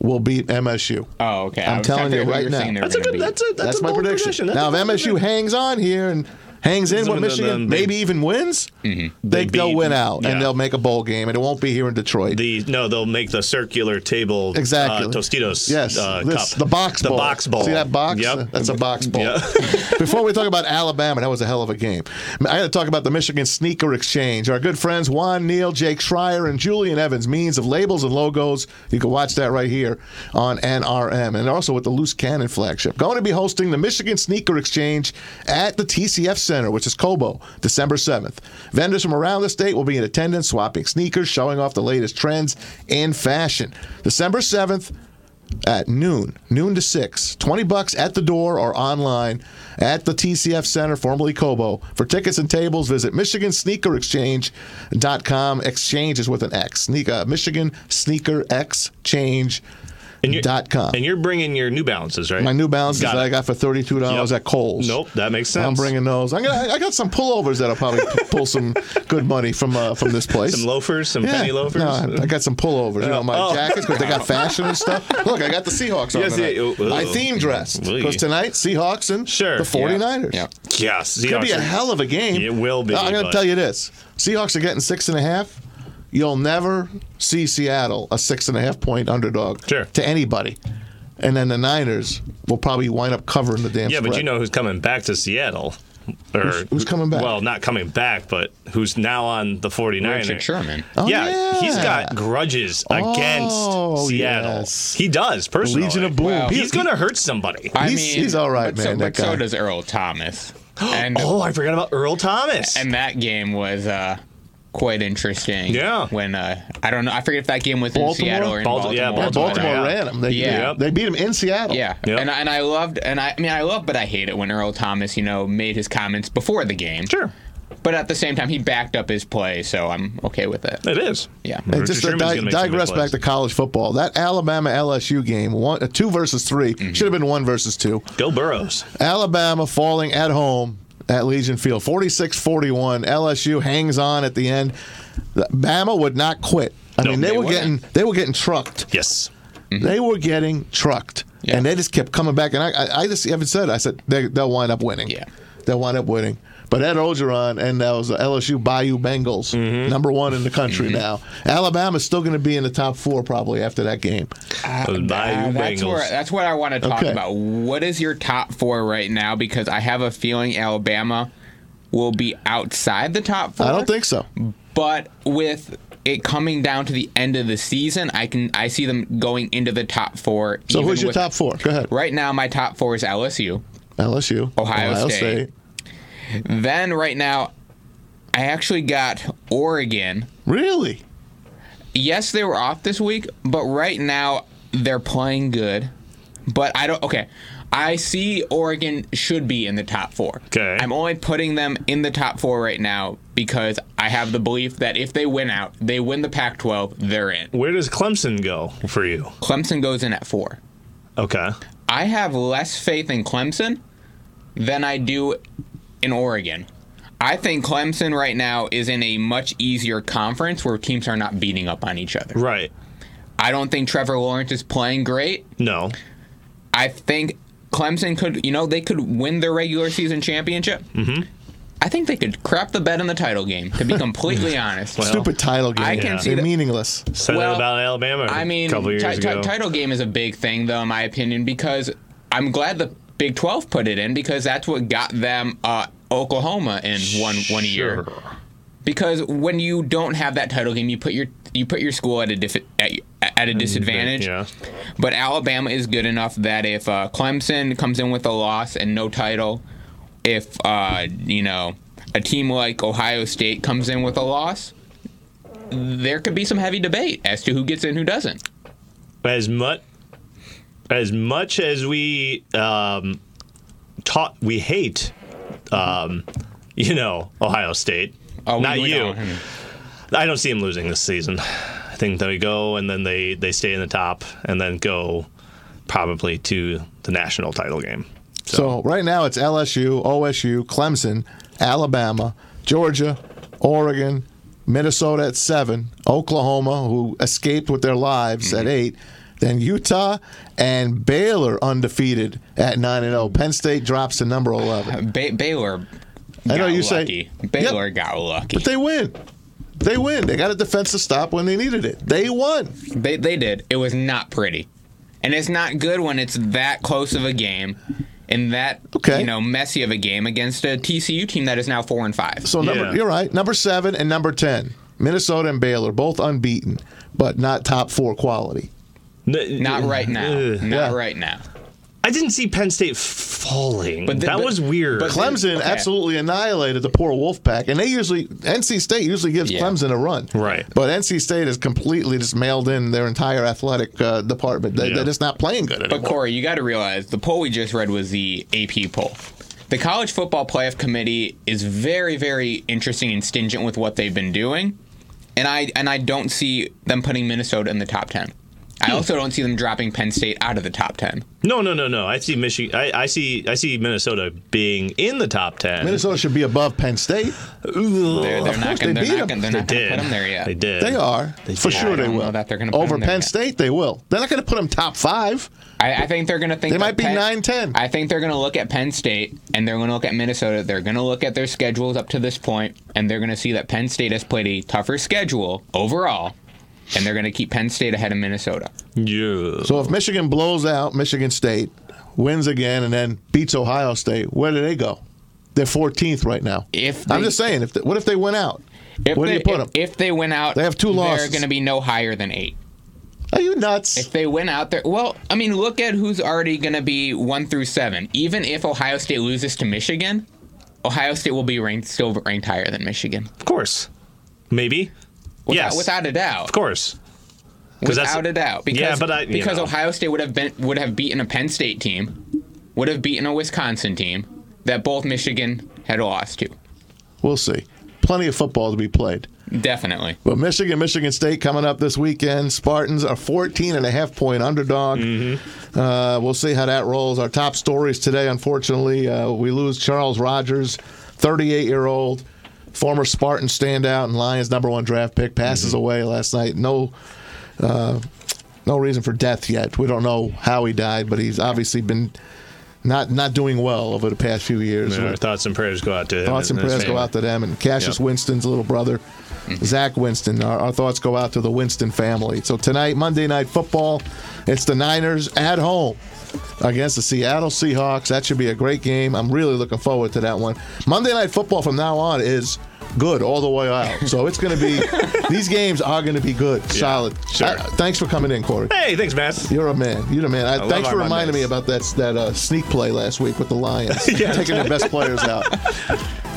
[SPEAKER 1] will beat MSU.
[SPEAKER 3] Oh, okay.
[SPEAKER 1] I'm
[SPEAKER 3] I was
[SPEAKER 1] telling
[SPEAKER 3] kinda
[SPEAKER 1] you
[SPEAKER 3] figuring
[SPEAKER 1] right
[SPEAKER 3] you were
[SPEAKER 1] now.
[SPEAKER 3] saying they were
[SPEAKER 2] That's a
[SPEAKER 3] gonna
[SPEAKER 2] good,
[SPEAKER 3] be-
[SPEAKER 2] that's a, that's
[SPEAKER 1] That's
[SPEAKER 2] a
[SPEAKER 1] my
[SPEAKER 2] bold
[SPEAKER 1] prediction.
[SPEAKER 2] That's
[SPEAKER 1] now,
[SPEAKER 2] a
[SPEAKER 1] if MSU
[SPEAKER 2] bold prediction.
[SPEAKER 1] hangs on here and hangs in
[SPEAKER 2] Then-
[SPEAKER 1] with
[SPEAKER 2] then-
[SPEAKER 1] Michigan,
[SPEAKER 2] then they-
[SPEAKER 1] maybe even wins, they,
[SPEAKER 2] Mm-hmm. They
[SPEAKER 1] they'll
[SPEAKER 2] beat-
[SPEAKER 1] win out
[SPEAKER 2] yeah.
[SPEAKER 1] and they'll make a bowl game, and it won't be here in Detroit.
[SPEAKER 2] the uh, no, they'll make the circular table
[SPEAKER 1] Exactly.
[SPEAKER 2] uh, Tostitos
[SPEAKER 1] yes,
[SPEAKER 2] uh,
[SPEAKER 1] this-
[SPEAKER 2] cup,
[SPEAKER 1] the box
[SPEAKER 2] the
[SPEAKER 1] bowl.
[SPEAKER 2] box bowl.
[SPEAKER 1] See that box?
[SPEAKER 2] Yep.
[SPEAKER 1] That's a box bowl.
[SPEAKER 2] Yeah.
[SPEAKER 1] Before we talk about Alabama, that was a hell of a game. I got to talk about the Michigan Sneaker Exchange. Our good friends Juan Neal, Jake Schreier, and Julian Evans, means of labels and logos. You can watch that right here on NRM and also with the Loose Cannon flagship. Going to be hosting the Michigan Sneaker Exchange at the TCF Center, which is Kobo, December 7th. Vendors from around the state will be in attendance, swapping sneakers, showing off the latest trends in fashion. December 7th, at noon, noon to six. Twenty bucks at the door or online at the TCF Center, formerly Kobo. For tickets and tables, visit MichiganSneakerExchange.com. Exchange is with an X. Sneak, uh, Michigan Sneaker Exchange.
[SPEAKER 2] And you're-
[SPEAKER 1] dot com.
[SPEAKER 2] And you're bringing your New Balances, right?
[SPEAKER 1] My New Balances
[SPEAKER 2] Got
[SPEAKER 1] that
[SPEAKER 2] it.
[SPEAKER 1] I got for thirty-two dollars
[SPEAKER 2] Yep.
[SPEAKER 1] at Kohl's.
[SPEAKER 2] Nope, that makes sense.
[SPEAKER 1] I'm bringing those. I'm gonna, I got some pullovers that'll probably p- pull some good money from uh, from this place.
[SPEAKER 2] some loafers, some penny loafers.
[SPEAKER 1] No, I- I got some pullovers. You know, my
[SPEAKER 2] Oh.
[SPEAKER 1] jackets because they got fashion and stuff. Look, I got the Seahawks on
[SPEAKER 2] Yes,
[SPEAKER 1] tonight.
[SPEAKER 2] yeah, oh,
[SPEAKER 1] I
[SPEAKER 2] oh.
[SPEAKER 1] theme dressed
[SPEAKER 2] Wee.
[SPEAKER 1] because tonight Seahawks and
[SPEAKER 2] Sure.
[SPEAKER 1] the 49ers.
[SPEAKER 3] Yeah.
[SPEAKER 2] yeah,
[SPEAKER 1] It's gonna
[SPEAKER 2] Seahawks
[SPEAKER 1] be a
[SPEAKER 2] are-
[SPEAKER 1] hell of a game.
[SPEAKER 2] It will be,
[SPEAKER 1] Now, I'm gonna
[SPEAKER 2] but-
[SPEAKER 1] tell you this: Seahawks are getting six and a half. You'll never see Seattle a six and a half point underdog
[SPEAKER 2] Sure.
[SPEAKER 1] to anybody, and then the Niners will probably wind up covering the damn.
[SPEAKER 2] Yeah, but
[SPEAKER 1] spread.
[SPEAKER 2] you know who's coming back to Seattle. Or
[SPEAKER 1] who's coming back?
[SPEAKER 2] Well, not coming back, but who's now on the 49ers.
[SPEAKER 3] Richard Sherman.
[SPEAKER 1] Oh,
[SPEAKER 2] yeah, he's
[SPEAKER 1] yeah. Oh,
[SPEAKER 2] got grudges against Seattle.
[SPEAKER 1] yes.
[SPEAKER 2] He does personally.
[SPEAKER 1] Legion of Boom.
[SPEAKER 3] Wow.
[SPEAKER 2] He's gonna hurt somebody.
[SPEAKER 3] I
[SPEAKER 1] He's-
[SPEAKER 3] mean,
[SPEAKER 1] he's all right,
[SPEAKER 3] but
[SPEAKER 1] man,
[SPEAKER 3] So,
[SPEAKER 1] that
[SPEAKER 3] but so
[SPEAKER 1] guy.
[SPEAKER 3] does Earl Thomas. And
[SPEAKER 2] oh, I forgot about Earl Thomas.
[SPEAKER 3] and that game was uh, quite interesting.
[SPEAKER 2] Yeah.
[SPEAKER 3] When uh, I don't know, I forget if that game was
[SPEAKER 1] Baltimore?
[SPEAKER 3] in Seattle or
[SPEAKER 2] Balti-
[SPEAKER 3] in Baltimore.
[SPEAKER 2] yeah,
[SPEAKER 1] Yeah,
[SPEAKER 2] Baltimore,
[SPEAKER 1] Baltimore
[SPEAKER 2] yeah.
[SPEAKER 1] ran them. They,
[SPEAKER 3] Yeah.
[SPEAKER 1] they beat him in Seattle.
[SPEAKER 3] Yeah,
[SPEAKER 2] Yep.
[SPEAKER 3] and I, and I loved, and I, I mean, I love, but I hate it when Earl Thomas, you know, made his comments before the game.
[SPEAKER 2] sure,
[SPEAKER 3] But at the same time, he backed up his play, so I'm okay with it.
[SPEAKER 2] it is.
[SPEAKER 3] Yeah.
[SPEAKER 1] Hey,
[SPEAKER 2] Richard
[SPEAKER 1] just to
[SPEAKER 2] Sherman's
[SPEAKER 1] di-
[SPEAKER 2] gonna make some big
[SPEAKER 1] digress back
[SPEAKER 2] plays.
[SPEAKER 1] to college football. That Alabama LSU game, one, uh, two versus 3
[SPEAKER 2] Mm-hmm.
[SPEAKER 1] should have been one versus two.
[SPEAKER 2] Go Burrows.
[SPEAKER 1] Alabama falling at home at Legion Field, 46 41. LSU hangs on at the end. The- Bama would not quit. I
[SPEAKER 2] No,
[SPEAKER 1] mean, they,
[SPEAKER 2] they
[SPEAKER 1] were
[SPEAKER 3] wouldn't.
[SPEAKER 1] getting they were getting trucked.
[SPEAKER 2] Yes.
[SPEAKER 1] They were getting trucked,
[SPEAKER 3] Mm-hmm. Yeah.
[SPEAKER 1] and they just kept coming back. And I, I, I just haven't said. it. I said they, they'll wind up winning.
[SPEAKER 3] Yeah.
[SPEAKER 1] they'll wind up winning. But Ed Ogeron and those LSU Bayou Bengals,
[SPEAKER 3] Mm-hmm.
[SPEAKER 1] number one in the country now. Alabama's still going to be in the top four probably after that game.
[SPEAKER 2] Those Bayou
[SPEAKER 3] Uh, that's
[SPEAKER 2] Bengals.
[SPEAKER 3] where that's what I want to talk
[SPEAKER 1] Okay.
[SPEAKER 3] about. What is your top four right now? Because I have a feeling Alabama will be outside the top four.
[SPEAKER 1] I don't think so.
[SPEAKER 3] but with it coming down to the end of the season, I can I see them going into the top four.
[SPEAKER 1] So
[SPEAKER 3] even
[SPEAKER 1] who's your
[SPEAKER 3] with-
[SPEAKER 1] top four? Go ahead.
[SPEAKER 3] Right now, my top four is LSU.
[SPEAKER 1] LSU,
[SPEAKER 3] Ohio State. Then right now, I actually got Oregon.
[SPEAKER 1] Really?
[SPEAKER 3] Yes, they were off this week, but right now they're playing good. But I don't. Okay, I see Oregon should be in the top four.
[SPEAKER 2] 'Kay.
[SPEAKER 3] I'm only putting them in the top four right now because I have the belief that if they win out, they win the Pac-12, they're in.
[SPEAKER 2] Where does Clemson go for you?
[SPEAKER 3] Clemson goes in at four.
[SPEAKER 2] Okay.
[SPEAKER 3] I have less faith in Clemson than I do in Oregon. I think Clemson right now is in a much easier conference where teams are not beating up on each other.
[SPEAKER 2] Right.
[SPEAKER 3] I don't think Trevor Lawrence is playing great.
[SPEAKER 2] No.
[SPEAKER 3] I think Clemson could, you know, they could win their regular season championship. Mm-hmm. I think they could crap the bed in the title game, to be completely honest.
[SPEAKER 1] Stupid title game.
[SPEAKER 3] I can see
[SPEAKER 1] They're
[SPEAKER 3] that-
[SPEAKER 1] meaningless.
[SPEAKER 2] Said
[SPEAKER 3] Well,
[SPEAKER 2] that about Alabama.
[SPEAKER 3] I mean,
[SPEAKER 2] a couple years
[SPEAKER 3] ti- ti-
[SPEAKER 2] ago.
[SPEAKER 3] title game is a big thing, though, in my opinion, because I'm glad the Big 12 put it in because that's what got them uh, Oklahoma in one one year. Because when you don't have that title game, you put your you put your school at a dif- at, at a disadvantage.
[SPEAKER 2] Yeah.
[SPEAKER 3] But Alabama is good enough that if uh, Clemson comes in with a loss and no title, if uh, you know a team like Ohio State comes in with a loss, there could be some heavy debate as to who gets in, who doesn't.
[SPEAKER 2] as much as much as we um, taught we hate um, you know Ohio State.
[SPEAKER 3] Oh, we-
[SPEAKER 2] not
[SPEAKER 3] we
[SPEAKER 2] you.
[SPEAKER 3] don't. I mean,
[SPEAKER 2] I don't see them losing this season. I think they go and then they they stay in the top and then go probably to the national title game.
[SPEAKER 1] So right now it's LSU, OSU, Clemson, Alabama, Georgia, Oregon, Minnesota at seven, Oklahoma, who escaped with their lives at eight, then Utah and Baylor undefeated at nine and zero. Penn State drops to number eleven.
[SPEAKER 3] Ba- Baylor.
[SPEAKER 1] I know
[SPEAKER 3] got
[SPEAKER 1] you say-
[SPEAKER 3] lucky. Baylor got lucky.
[SPEAKER 1] They win. They win. They got a defensive stop when they needed it. They won.
[SPEAKER 3] They they did. It was not pretty, and it's not good when it's that close of a game, and that
[SPEAKER 1] Okay.
[SPEAKER 3] you know messy of a game against a TCU team that is now four and five.
[SPEAKER 1] So number,
[SPEAKER 2] Yeah.
[SPEAKER 1] you're right. Number seven and number ten, Minnesota and Baylor, both unbeaten, but not top four quality.
[SPEAKER 2] N-
[SPEAKER 3] Not right now.
[SPEAKER 2] Ugh.
[SPEAKER 3] Not
[SPEAKER 1] Yeah.
[SPEAKER 3] right now.
[SPEAKER 2] I didn't see Penn State falling.
[SPEAKER 3] But
[SPEAKER 2] But
[SPEAKER 3] the-
[SPEAKER 2] that
[SPEAKER 3] but-
[SPEAKER 2] was weird.
[SPEAKER 3] but-
[SPEAKER 1] Clemson
[SPEAKER 3] Okay.
[SPEAKER 1] absolutely annihilated the poor Wolfpack, and they usually NC State usually gives
[SPEAKER 3] Yeah.
[SPEAKER 1] Clemson a run,
[SPEAKER 2] Right.
[SPEAKER 1] But NC State has completely just mailed in their entire athletic uh, department. They,
[SPEAKER 2] Yeah.
[SPEAKER 1] They're just not playing good anymore.
[SPEAKER 3] But Corey, you got to realize the poll we just read was the AP poll. The College Football Playoff Committee is very, very interesting and stingent with what they've been doing, and I and I don't see them putting Minnesota in the top ten.
[SPEAKER 1] Hmm.
[SPEAKER 3] I also don't see them dropping Penn State out of the top ten.
[SPEAKER 2] no, no, no, no. I see Michigan. I, I see. I see Minnesota being in the top ten.
[SPEAKER 1] Minnesota should be above Penn State.
[SPEAKER 2] Ugh.
[SPEAKER 3] They're, they're
[SPEAKER 1] of
[SPEAKER 3] not
[SPEAKER 1] course
[SPEAKER 3] going
[SPEAKER 1] they
[SPEAKER 3] to
[SPEAKER 1] beat
[SPEAKER 3] put
[SPEAKER 1] 'em.
[SPEAKER 2] They did.
[SPEAKER 3] them there yet.
[SPEAKER 2] They did.
[SPEAKER 1] They are
[SPEAKER 2] They
[SPEAKER 1] for
[SPEAKER 2] did.
[SPEAKER 1] sure. They
[SPEAKER 3] I don't
[SPEAKER 1] will
[SPEAKER 3] know that they're gonna put
[SPEAKER 1] over
[SPEAKER 3] them there
[SPEAKER 1] Penn
[SPEAKER 3] yet.
[SPEAKER 1] State. They will. They're not going to put them top five.
[SPEAKER 3] I, I think they're going to think
[SPEAKER 1] They
[SPEAKER 3] that
[SPEAKER 1] might be
[SPEAKER 3] Penn-
[SPEAKER 1] 9-10.
[SPEAKER 3] I think they're going to look at Penn State and they're going to look at Minnesota. They're going to look at their schedules up to this point, and they're going to see that Penn State has played a tougher schedule overall, and they're going to keep Penn State ahead of Minnesota.
[SPEAKER 2] Yeah.
[SPEAKER 1] So if Michigan blows out Michigan State, wins again, and then beats Ohio State, where do they go? They're 14th right now.
[SPEAKER 3] If
[SPEAKER 1] I'm
[SPEAKER 3] they-
[SPEAKER 1] just saying, if the, what if they win out?
[SPEAKER 3] If
[SPEAKER 1] Where do
[SPEAKER 3] they,
[SPEAKER 1] you put
[SPEAKER 3] if,
[SPEAKER 1] 'em?
[SPEAKER 3] If they win out,
[SPEAKER 1] They have two losses.
[SPEAKER 3] They're going to be no higher than eight.
[SPEAKER 1] Are you nuts?
[SPEAKER 3] If they win out, they're well. I mean, look at who's already going to be one through seven. Even if Ohio State loses to Michigan, Ohio State will be ranked still ranked higher than Michigan.
[SPEAKER 2] Of course. Maybe.
[SPEAKER 3] Without,
[SPEAKER 2] yes.
[SPEAKER 3] without a doubt.
[SPEAKER 2] of course. 'Cause that's-
[SPEAKER 3] without a doubt. Because,
[SPEAKER 2] Yeah, but I- you
[SPEAKER 3] because
[SPEAKER 2] know.
[SPEAKER 3] Ohio State would have been would have beaten a Penn State team, would have beaten a Wisconsin team that both Michigan had lost to.
[SPEAKER 1] We'll see. Plenty of football to be played.
[SPEAKER 3] Definitely.
[SPEAKER 1] But Michigan, Michigan State coming up this weekend. Spartans are 14 and a half point underdog. Uh, we'll see how that rolls. Our top stories today, unfortunately, uh, we lose Charles Rogers, 38 year old, former Spartan standout and Lions number one draft pick, passes away last night. No. Uh, no reason for death yet. We don't know how he died, but he's obviously been not not doing well over the past few years.
[SPEAKER 2] Our thoughts and prayers go out to him.
[SPEAKER 1] Thoughts and
[SPEAKER 2] his
[SPEAKER 1] prayers go
[SPEAKER 2] family.
[SPEAKER 1] out to them. And Cassius
[SPEAKER 2] Yep.
[SPEAKER 1] Winston's little brother, Zach Winston. Our, our thoughts go out to the Winston family. So tonight, Monday Night Football, it's the Niners at home against the Seattle Seahawks. That should be a great game. I'm really looking forward to that one. Monday Night Football from now on is good all the way out. So it's going to be, these games are going to be good, solid.
[SPEAKER 2] sure.
[SPEAKER 1] Uh, thanks for coming in, Corey.
[SPEAKER 2] Hey, thanks, Matt.
[SPEAKER 1] You're a man. You're the man. I,
[SPEAKER 2] love
[SPEAKER 1] thanks for
[SPEAKER 2] our
[SPEAKER 1] reminding me
[SPEAKER 2] Mondays.
[SPEAKER 1] about that that uh, sneak play last week with the Lions, taking their best players out.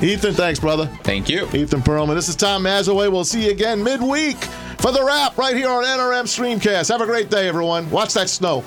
[SPEAKER 1] Ethan, thanks, brother.
[SPEAKER 3] Thank you.
[SPEAKER 1] Ethan Perlman. This is Tom Mazaway. We'll see you again midweek for the wrap right here on NRM Streamcast. Have a great day, everyone. Watch that snow.